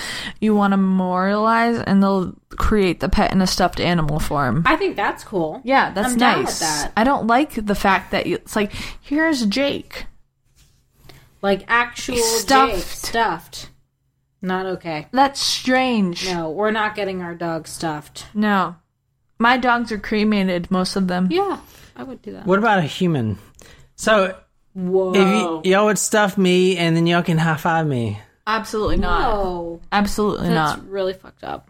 Speaker 3: you want to memorialize, and they'll create the pet in a stuffed animal form.
Speaker 4: I think that's cool.
Speaker 3: Yeah, that's
Speaker 4: I'm
Speaker 3: nice.
Speaker 4: Down with that.
Speaker 3: I don't like the fact that you, it's like, here's Jake.
Speaker 4: Like actual
Speaker 3: Stuffed.
Speaker 4: stuffed, stuffed. Not okay.
Speaker 3: That's strange.
Speaker 4: No, we're not getting our dog stuffed.
Speaker 3: No. My dogs are cremated, most of them.
Speaker 4: Yeah, I would do that.
Speaker 2: What about a human? So
Speaker 4: Whoa.
Speaker 2: if you, y'all would stuff me and then y'all can high five me.
Speaker 3: Absolutely not.
Speaker 4: no,
Speaker 3: Absolutely
Speaker 4: that's
Speaker 3: not.
Speaker 4: really fucked up.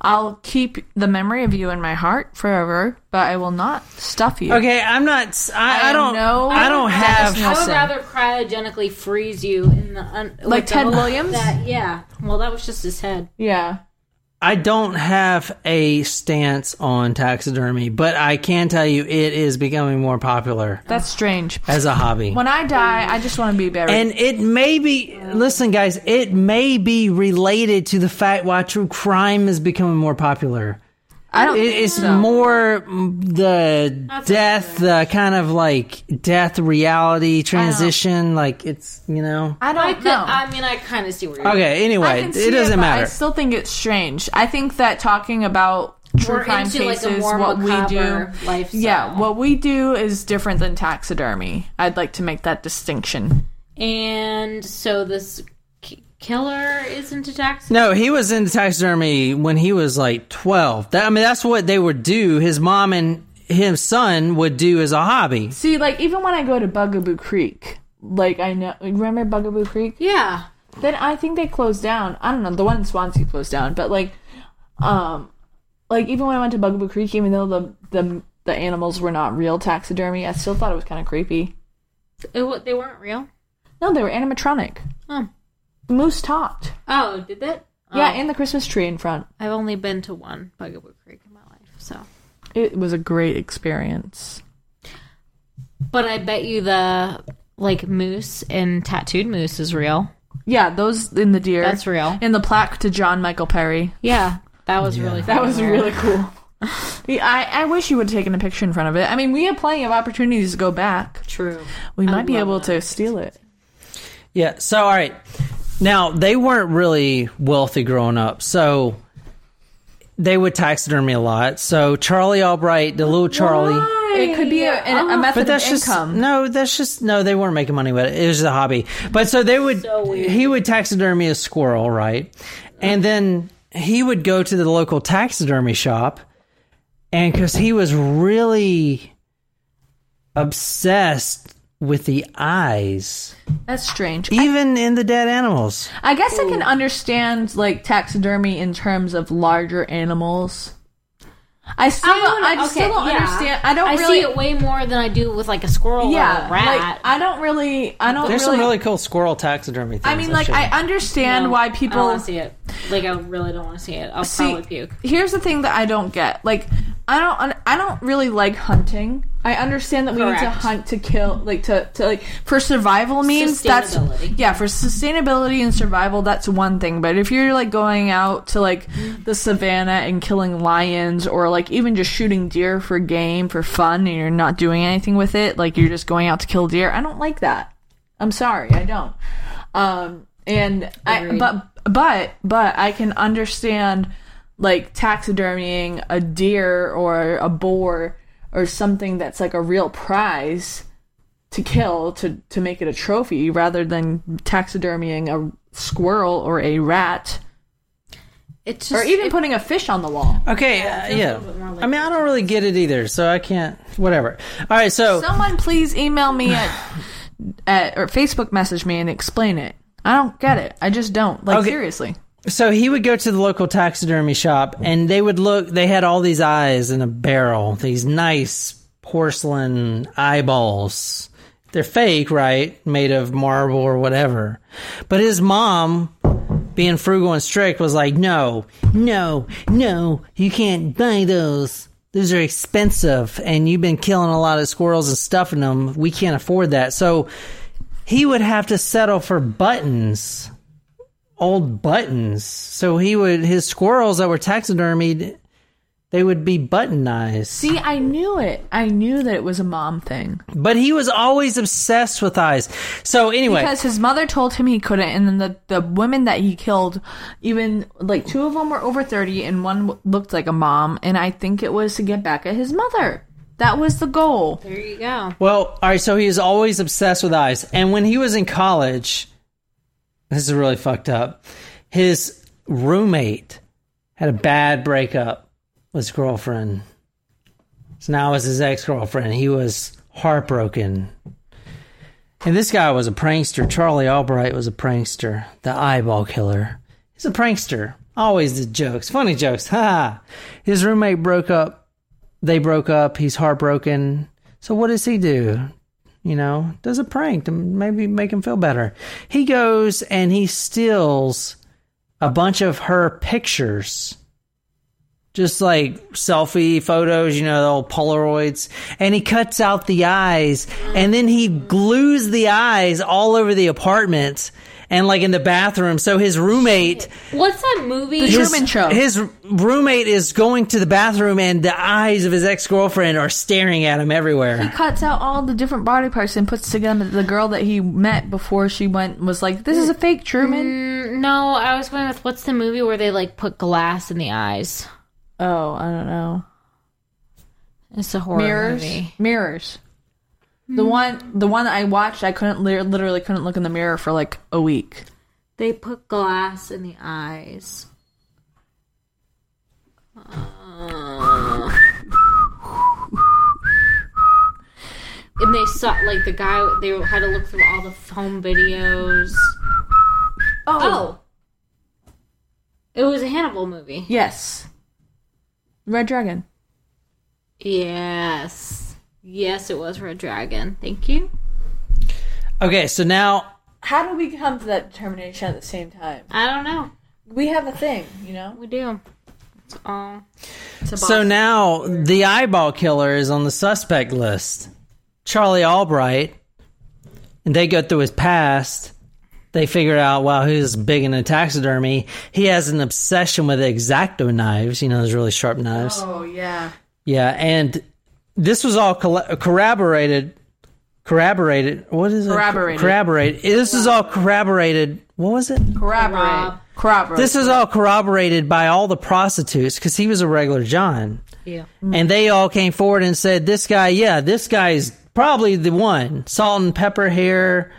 Speaker 3: I'll keep the memory of you in my heart forever, but I will not stuff you.
Speaker 2: Okay, I'm not. I,
Speaker 3: I
Speaker 2: I don't.
Speaker 3: know
Speaker 2: I don't
Speaker 3: Dennis
Speaker 2: have.
Speaker 4: I would
Speaker 3: Nelson.
Speaker 4: rather cryogenically freeze you in the un-
Speaker 3: Like
Speaker 4: with
Speaker 3: Ted
Speaker 4: the-
Speaker 3: Williams?
Speaker 4: That, yeah. Well, that was just his head.
Speaker 3: Yeah.
Speaker 2: I don't have a stance on taxidermy, but I can tell you it is becoming more popular
Speaker 3: That's strange.
Speaker 2: as a hobby.
Speaker 3: When I die, I just want to be buried.
Speaker 2: And it may be, listen, guys, it may be related to the fact why true crime is becoming more popular.
Speaker 3: I don't.
Speaker 2: It- It's more mm, the death, the kind of like death reality transition. Like it's, you know.
Speaker 3: I don't
Speaker 4: I could.
Speaker 3: know.
Speaker 4: I mean, I kind of see where you're.
Speaker 2: Okay,
Speaker 3: I
Speaker 2: anyway,
Speaker 3: can
Speaker 2: it
Speaker 3: see
Speaker 2: doesn't
Speaker 3: but I
Speaker 2: matter.
Speaker 3: still think it's strange. I think that talking about true
Speaker 4: We're
Speaker 3: crime
Speaker 4: into, like, a
Speaker 3: cases,
Speaker 4: more
Speaker 3: what we do,
Speaker 4: macabre lifestyle.
Speaker 3: yeah, what we do is different than taxidermy. I'd like to make that distinction.
Speaker 4: And so this k- killer is into tax.
Speaker 2: No, he was into taxidermy when he was like 12. That, I mean, that's what they would do. His mom and his son would do as a hobby.
Speaker 3: See, like even when I go to Bugaboo Creek, like I know, remember Bugaboo Creek?
Speaker 4: Yeah.
Speaker 3: Then I think they closed down. I don't know. The one in Swansea closed down, but like, um, like even when I went to Bugaboo Creek, even though the the the animals were not real taxidermy, I still thought it was kind of creepy.
Speaker 4: It, wa- they weren't real.
Speaker 3: No, they were animatronic.
Speaker 4: Oh.
Speaker 3: The moose talked.
Speaker 4: Oh, did that?
Speaker 3: Yeah,
Speaker 4: Oh.
Speaker 3: and the Christmas tree in front.
Speaker 4: I've only been to one Bugaboo Creek in my life, so.
Speaker 3: It was a great experience.
Speaker 4: But I bet you the like moose and tattooed moose is real.
Speaker 3: Yeah, those in the deer.
Speaker 4: That's real.
Speaker 3: In the plaque to John Michael Perry.
Speaker 4: Yeah, that was really.
Speaker 3: That was
Speaker 4: fucking
Speaker 3: really cool. Yeah, I, I wish you would have taken a picture in front of it. I mean, we have plenty of opportunities to go back.
Speaker 4: true.
Speaker 3: We might be
Speaker 4: love
Speaker 3: able
Speaker 4: that.
Speaker 3: to steal it.
Speaker 2: Yeah. So, all right. Now, they weren't really wealthy growing up. So, they would taxidermy a lot. So, Charlie Albright, the little Charlie.
Speaker 3: It could be a, a, a method
Speaker 2: But that's
Speaker 3: of
Speaker 2: just
Speaker 3: income.
Speaker 2: no. That's just no. They weren't making money with it. It was a hobby. But so they would.
Speaker 4: So weird.
Speaker 2: he would taxidermy a squirrel, right? And then he would go to the local taxidermy shop, and because he was really obsessed with the eyes,
Speaker 3: That's strange.
Speaker 2: even in the dead animals.
Speaker 3: I guess I can understand like taxidermy in terms of larger animals. I still, I, don't, I
Speaker 4: okay,
Speaker 3: still don't
Speaker 4: yeah.
Speaker 3: understand. I don't
Speaker 4: I
Speaker 3: really.
Speaker 4: see it way more than I do with like a squirrel
Speaker 3: yeah,
Speaker 4: or a rat.
Speaker 3: like I don't really. I don't
Speaker 2: There's
Speaker 3: really.
Speaker 2: some really cool squirrel taxidermy. Things
Speaker 3: I mean, like
Speaker 2: should-
Speaker 3: I understand
Speaker 4: No,
Speaker 3: why
Speaker 4: I don't
Speaker 3: people
Speaker 4: want to see it. Like I really don't want to see it. I'll probably puke.
Speaker 3: Here's the thing that I don't get. Like, I don't, I don't really like hunting. I understand that we need to
Speaker 4: Correct.
Speaker 3: hunt to kill, like to, to like for survival means that's
Speaker 4: Sustainability.
Speaker 3: yeah for sustainability and survival that's one thing. But if you're like going out to like the savannah and killing lions or like even just shooting deer for game for fun and you're not doing anything with it, like you're just going out to kill deer, I don't like that. I'm sorry, I don't. Um, and I,
Speaker 4: Agreed.
Speaker 3: but but but I can understand like taxidermying a deer or a boar or something that's like a real prize to kill to to make it a trophy rather than taxidermying a squirrel or a rat
Speaker 4: It's just
Speaker 3: or even
Speaker 4: it-
Speaker 3: putting a fish on the wall.
Speaker 2: Okay, uh, yeah. I mean, I don't really get it either, so I can't. Whatever. All right, so
Speaker 3: Someone please email me at at or Facebook message me and explain it. I don't get it. I just don't. Like
Speaker 2: Okay.
Speaker 3: seriously.
Speaker 2: So he would go to the local taxidermy shop and they would look, they had all these eyes in a barrel, these nice porcelain eyeballs. They're fake, right? Made of marble or whatever. But his mom, being frugal and strict, was like, no, no, no, you can't buy those. Those are expensive and you've been killing a lot of squirrels and stuffing them. We can't afford that. So he would have to settle for buttons old buttons. So he would his squirrels that were taxidermied, they would be buttonized.
Speaker 3: See, I knew it. I knew that it was a mom thing
Speaker 2: but he was always obsessed with eyes. So anyway,
Speaker 3: because his mother told him he couldn't, and then the the women that he killed, even like two of them were over thirty, and one w- looked like a mom, and I think it was to get back at his mother. That was the goal.
Speaker 4: there you go.
Speaker 2: well, all right. So he was always obsessed with eyes. And when he was in college, this is really fucked up. His roommate had a bad breakup with his girlfriend. So now it was his ex girlfriend. He was heartbroken. And this guy was a prankster. Charlie Albright was a prankster, the eyeball killer. He's a prankster. Always did jokes, funny jokes. Ha! ha. His roommate broke up. They broke up. He's heartbroken. So what does he do? You know, does a prank to maybe make him feel better. He goes and he steals a bunch of her pictures just like selfie photos, you know, the old Polaroids. And he cuts out the eyes and then he glues the eyes all over the apartment and like in the bathroom. So his roommate,
Speaker 4: What's that movie?
Speaker 3: The Truman Show.
Speaker 2: his roommate is going to the bathroom and the eyes of his ex girlfriend are staring at him
Speaker 3: he
Speaker 2: everywhere.
Speaker 3: cuts out all the different body parts and puts together the girl that he met before she went was like, "This is a fake Truman."
Speaker 4: Mm, no, I was going with what's the movie where they like put glass in the eyes?
Speaker 3: Oh, I don't know.
Speaker 4: It's a horror
Speaker 3: Mirrors,
Speaker 4: movie.
Speaker 3: mirrors. The one, the one that I watched, I couldn't lit- literally couldn't look in the mirror for like a week.
Speaker 4: They put glass in the eyes. Uh, and they saw like the guy. They had to look through all the home videos. Oh, it was a Hannibal movie.
Speaker 3: yes, Red Dragon.
Speaker 4: Yes, yes, it was Red Dragon. Thank you.
Speaker 2: Okay, so now
Speaker 3: How do we come to that determination at the same time?
Speaker 4: I don't know.
Speaker 3: We have a thing, you know.
Speaker 4: We do. It's all. It's a
Speaker 2: So now the eyeball killer is on the suspect list. Charlie Albright. And they go through his past. They figure out, wow, he's big into taxidermy. He has an obsession with exacto knives, you know, those really sharp knives.
Speaker 3: Oh yeah.
Speaker 2: Yeah, and this was all colla- corroborated. Corroborated. What is it?
Speaker 3: Corroborated.
Speaker 2: Corroborated. This is all corroborated. What was it?
Speaker 3: Corroborate. Corroborate.
Speaker 2: This is all corroborated by all the prostitutes because he was a regular John
Speaker 4: yeah.
Speaker 2: and they all came forward and said, "This guy, yeah, this guy's probably the one. Salt and pepper hair.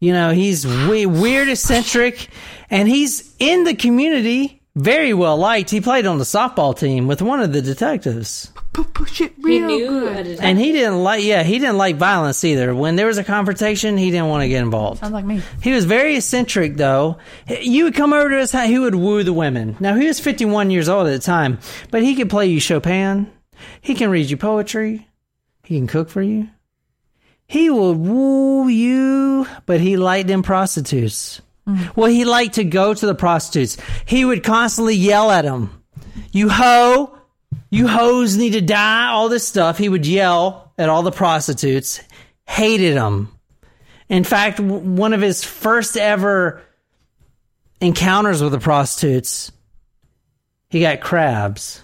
Speaker 2: You know, he's we- weird, eccentric, and he's in the community, very well liked. He played on the softball team with one of the detectives,
Speaker 3: push it
Speaker 4: He
Speaker 3: real
Speaker 4: knew.
Speaker 3: good.
Speaker 4: that it-
Speaker 2: and he didn't like. Yeah, he didn't like violence either. When there was a confrontation, he didn't want to get involved.
Speaker 3: Sounds like me.
Speaker 2: He was very eccentric, though. You would come over to his house, he would woo the women. Now, he was 51 years old at the time, but he could play you Chopin. He can read you poetry. He can cook for you. He would woo you, but he liked them prostitutes. Well, he liked to go to the prostitutes. He would constantly yell at them, You hoe, you hoes need to die, all this stuff. He would yell at all the prostitutes, hated them. In fact, w- one of his first ever encounters with the prostitutes, he got crabs,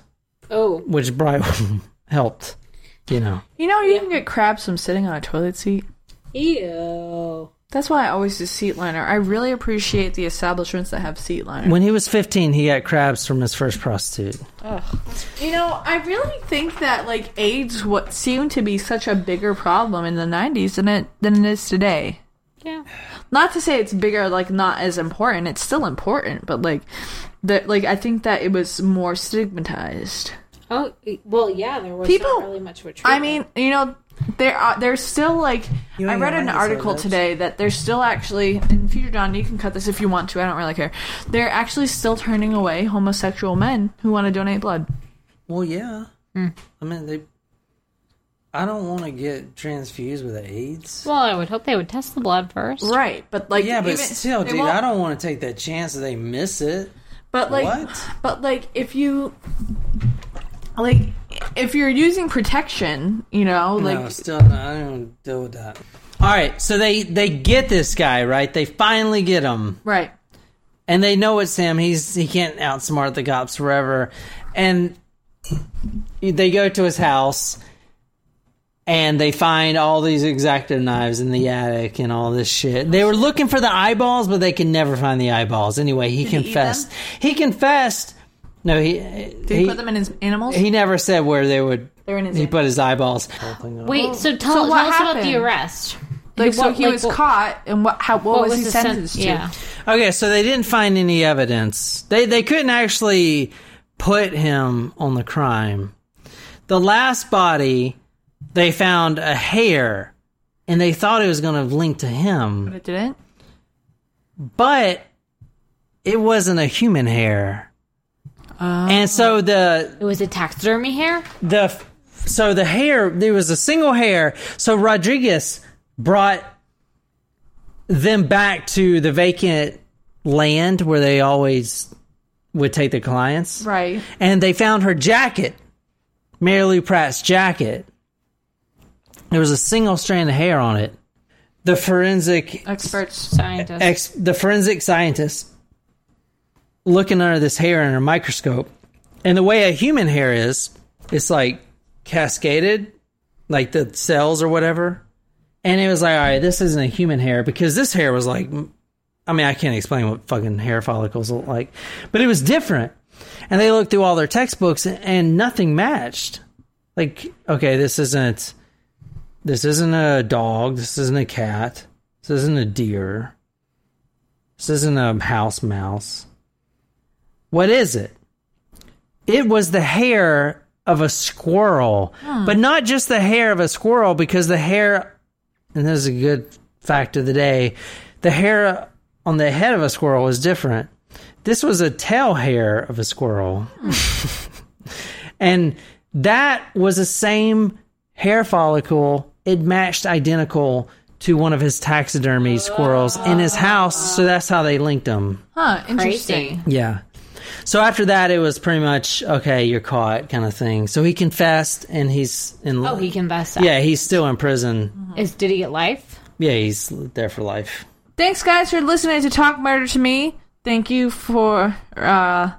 Speaker 4: Oh,
Speaker 2: which probably helped, you know.
Speaker 3: You know, you can get crabs from sitting on a toilet seat.
Speaker 4: ew.
Speaker 3: That's why I always do seat liner. I really appreciate the establishments that have seat liner.
Speaker 2: When he was 15, he got crabs from his first prostitute.
Speaker 3: You know, I really think that like AIDS what seemed to be such a bigger problem in the 90s than it than it is today.
Speaker 4: Yeah.
Speaker 3: Not to say it's bigger like not as important. It's still important, but like that like I think that it was more stigmatized.
Speaker 4: Oh well, yeah. There was
Speaker 3: People-
Speaker 4: not really much of a
Speaker 3: I
Speaker 4: treatment.
Speaker 3: mean, you know, there are there's still like I
Speaker 2: ain't
Speaker 3: read
Speaker 2: lying, so
Speaker 3: an article
Speaker 2: that's-
Speaker 3: today that there's still actually in future John, you can cut this if you want to. I don't really care. They're actually still turning away homosexual men who want to donate blood.
Speaker 2: Well, yeah. I mean, they. I don't want to get transfused with AIDS.
Speaker 4: Well, I would hope they would test the blood first.
Speaker 3: Right, but like
Speaker 2: yeah, but
Speaker 3: even-
Speaker 2: still,
Speaker 3: they
Speaker 2: dude,
Speaker 3: won't-
Speaker 2: I don't want to take that chance that they miss it.
Speaker 3: But like,
Speaker 2: What?
Speaker 3: but like, if you like, if you're using protection, you know, oh, like,
Speaker 2: no, still, no, I don't wanna deal with that. All right, so they they get this guy right. They finally get him,
Speaker 3: right?
Speaker 2: and they know it's him. He's he can't outsmart the cops forever, and they go to his house, and they find all these exacto knives in the attic and all this shit. They were looking for the eyeballs, but they can never find the eyeballs. Anyway, he
Speaker 3: he eat
Speaker 2: confessed.
Speaker 3: them?
Speaker 2: He, confessed. No, he
Speaker 3: Did he,
Speaker 2: he,
Speaker 3: put them in his animals?
Speaker 2: he never said where they would.
Speaker 3: They're in his
Speaker 2: He
Speaker 3: hand.
Speaker 2: put his eyeballs.
Speaker 4: Wait, so tell,
Speaker 3: so what
Speaker 4: tell us about
Speaker 3: happened?
Speaker 4: the arrest.
Speaker 3: like, so
Speaker 4: what-
Speaker 3: he
Speaker 4: like,
Speaker 3: was
Speaker 4: what-
Speaker 3: caught, and what? How? What, was, he
Speaker 4: the sen-
Speaker 3: sentenced to?
Speaker 4: Yeah.
Speaker 2: Okay, so they didn't find any evidence. They they couldn't actually put him on the crime. The last body, they found a hair, and they thought it was going to link to him,
Speaker 3: But it didn't.
Speaker 2: but it wasn't a human hair.
Speaker 3: Oh.
Speaker 2: And so the
Speaker 4: It was a taxidermy hair?
Speaker 2: the so the hair there was a single hair. So Rodriguez brought them back to the vacant land where they always would take the clients.
Speaker 3: Right.
Speaker 2: And they found her jacket, Mary Lou Pratt's jacket. There was a single strand of hair on it. The forensic
Speaker 3: Experts.
Speaker 4: scientist.
Speaker 2: ex, the forensic scientist looking under this hair under a microscope, and the way a human hair is, it's like cascaded, like the cells or whatever. And it was like, all right, this isn't a human hair because this hair was like, I mean, I can't explain what fucking hair follicles look like, but it was different. And they looked through all their textbooks and, and nothing matched. Like, okay, this isn't, this isn't a dog. This isn't a cat. This isn't a deer. This isn't a house mouse. What is it? It was the hair of a squirrel, but not just the hair of a squirrel, because the hair, and this is a good fact of the day, the hair on the head of a squirrel is different. This was a tail hair of a squirrel. and that was the same hair follicle. It matched identical to one of his taxidermy squirrels in his house. So that's how they linked them.
Speaker 3: Huh.
Speaker 4: Crazy.
Speaker 3: Interesting.
Speaker 2: Yeah. So after that, it was pretty much okay. You're caught, kind of thing. So he confessed, and he's in.
Speaker 4: Oh, he confessed.
Speaker 2: yeah, he's still in prison.
Speaker 4: Is did he get life?
Speaker 2: Yeah, he's there for life.
Speaker 3: Thanks, guys, for listening to Talk Murder to Me. Thank you for, uh,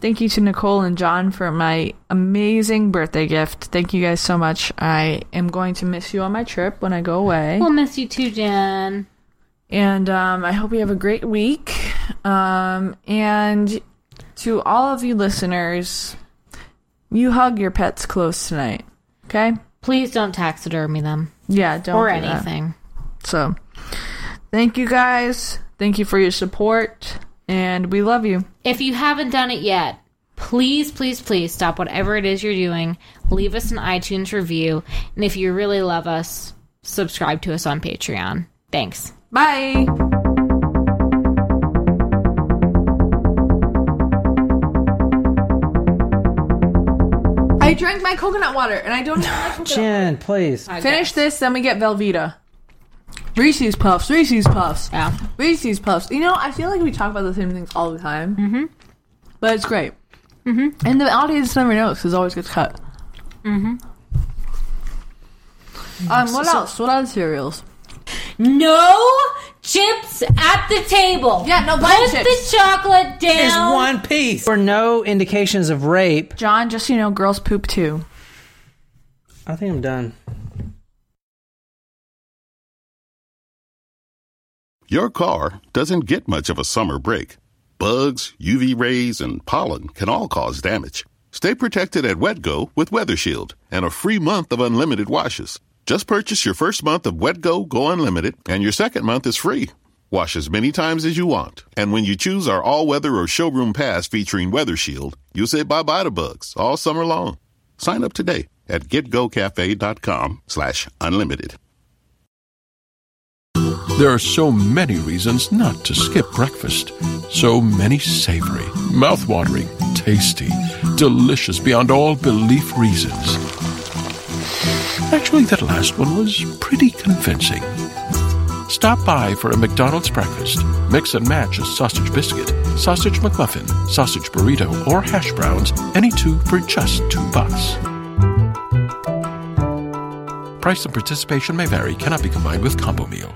Speaker 3: thank you to Nicole and John for my amazing birthday gift. Thank you guys so much. I am going to miss you on my trip when I go away.
Speaker 4: We'll miss you too, Jen.
Speaker 3: And um, I hope you have a great week. Um, and to all of you listeners, you hug your pets close tonight. Okay?
Speaker 4: Please don't taxidermy them
Speaker 3: Yeah, don't
Speaker 4: or
Speaker 3: do that.
Speaker 4: anything.
Speaker 3: So, thank you guys. Thank you for your support, and we love you.
Speaker 4: If you haven't done it yet, please, please, please stop whatever it is you're doing. Leave us an iTunes review, and if you really love us, subscribe to us on Patreon. Thanks.
Speaker 3: Bye. I drank my coconut water, and I don't even like coconut.
Speaker 2: Jen, please.
Speaker 3: Finish this, then we get Velveeta. Reese's Puffs, Reese's Puffs,
Speaker 4: Yeah.
Speaker 3: Reese's Puffs. You know, I feel like we talk about the same things all the time, mm-hmm. but it's great. Mm-hmm. And the audience never knows because always gets cut. Mm-hmm. Um, what else? What other cereals?
Speaker 4: No chips at the table.
Speaker 3: Yeah, no buying
Speaker 4: Put
Speaker 3: chips.
Speaker 4: the chocolate
Speaker 2: Is
Speaker 4: down.
Speaker 2: one piece. For no indications of rape.
Speaker 3: John, just so you know, girls poop too.
Speaker 2: I think I'm done.
Speaker 14: Your car doesn't get much of a summer break. Bugs, UV rays, and pollen can all cause damage. Stay protected at WetGo with WeatherShield and a free month of unlimited washes. Just purchase your first month of WetGo Go Unlimited, and your second month is free. Wash as many times as you want. And when you choose our all weather or showroom pass featuring WeatherShield, you'll say bye bye to bugs all summer long. Sign up today at getgocafe.com slash unlimited.
Speaker 1: There are so many reasons not to skip breakfast. So many savory, mouth-watering, tasty, delicious beyond all belief reasons. Actually, that last one was pretty convincing. Stop by for a McDonald's breakfast. Mix and match a sausage biscuit, sausage McMuffin, sausage burrito, or hash browns, any two for just two bucks. Price and participation may vary, cannot be combined with combo meal.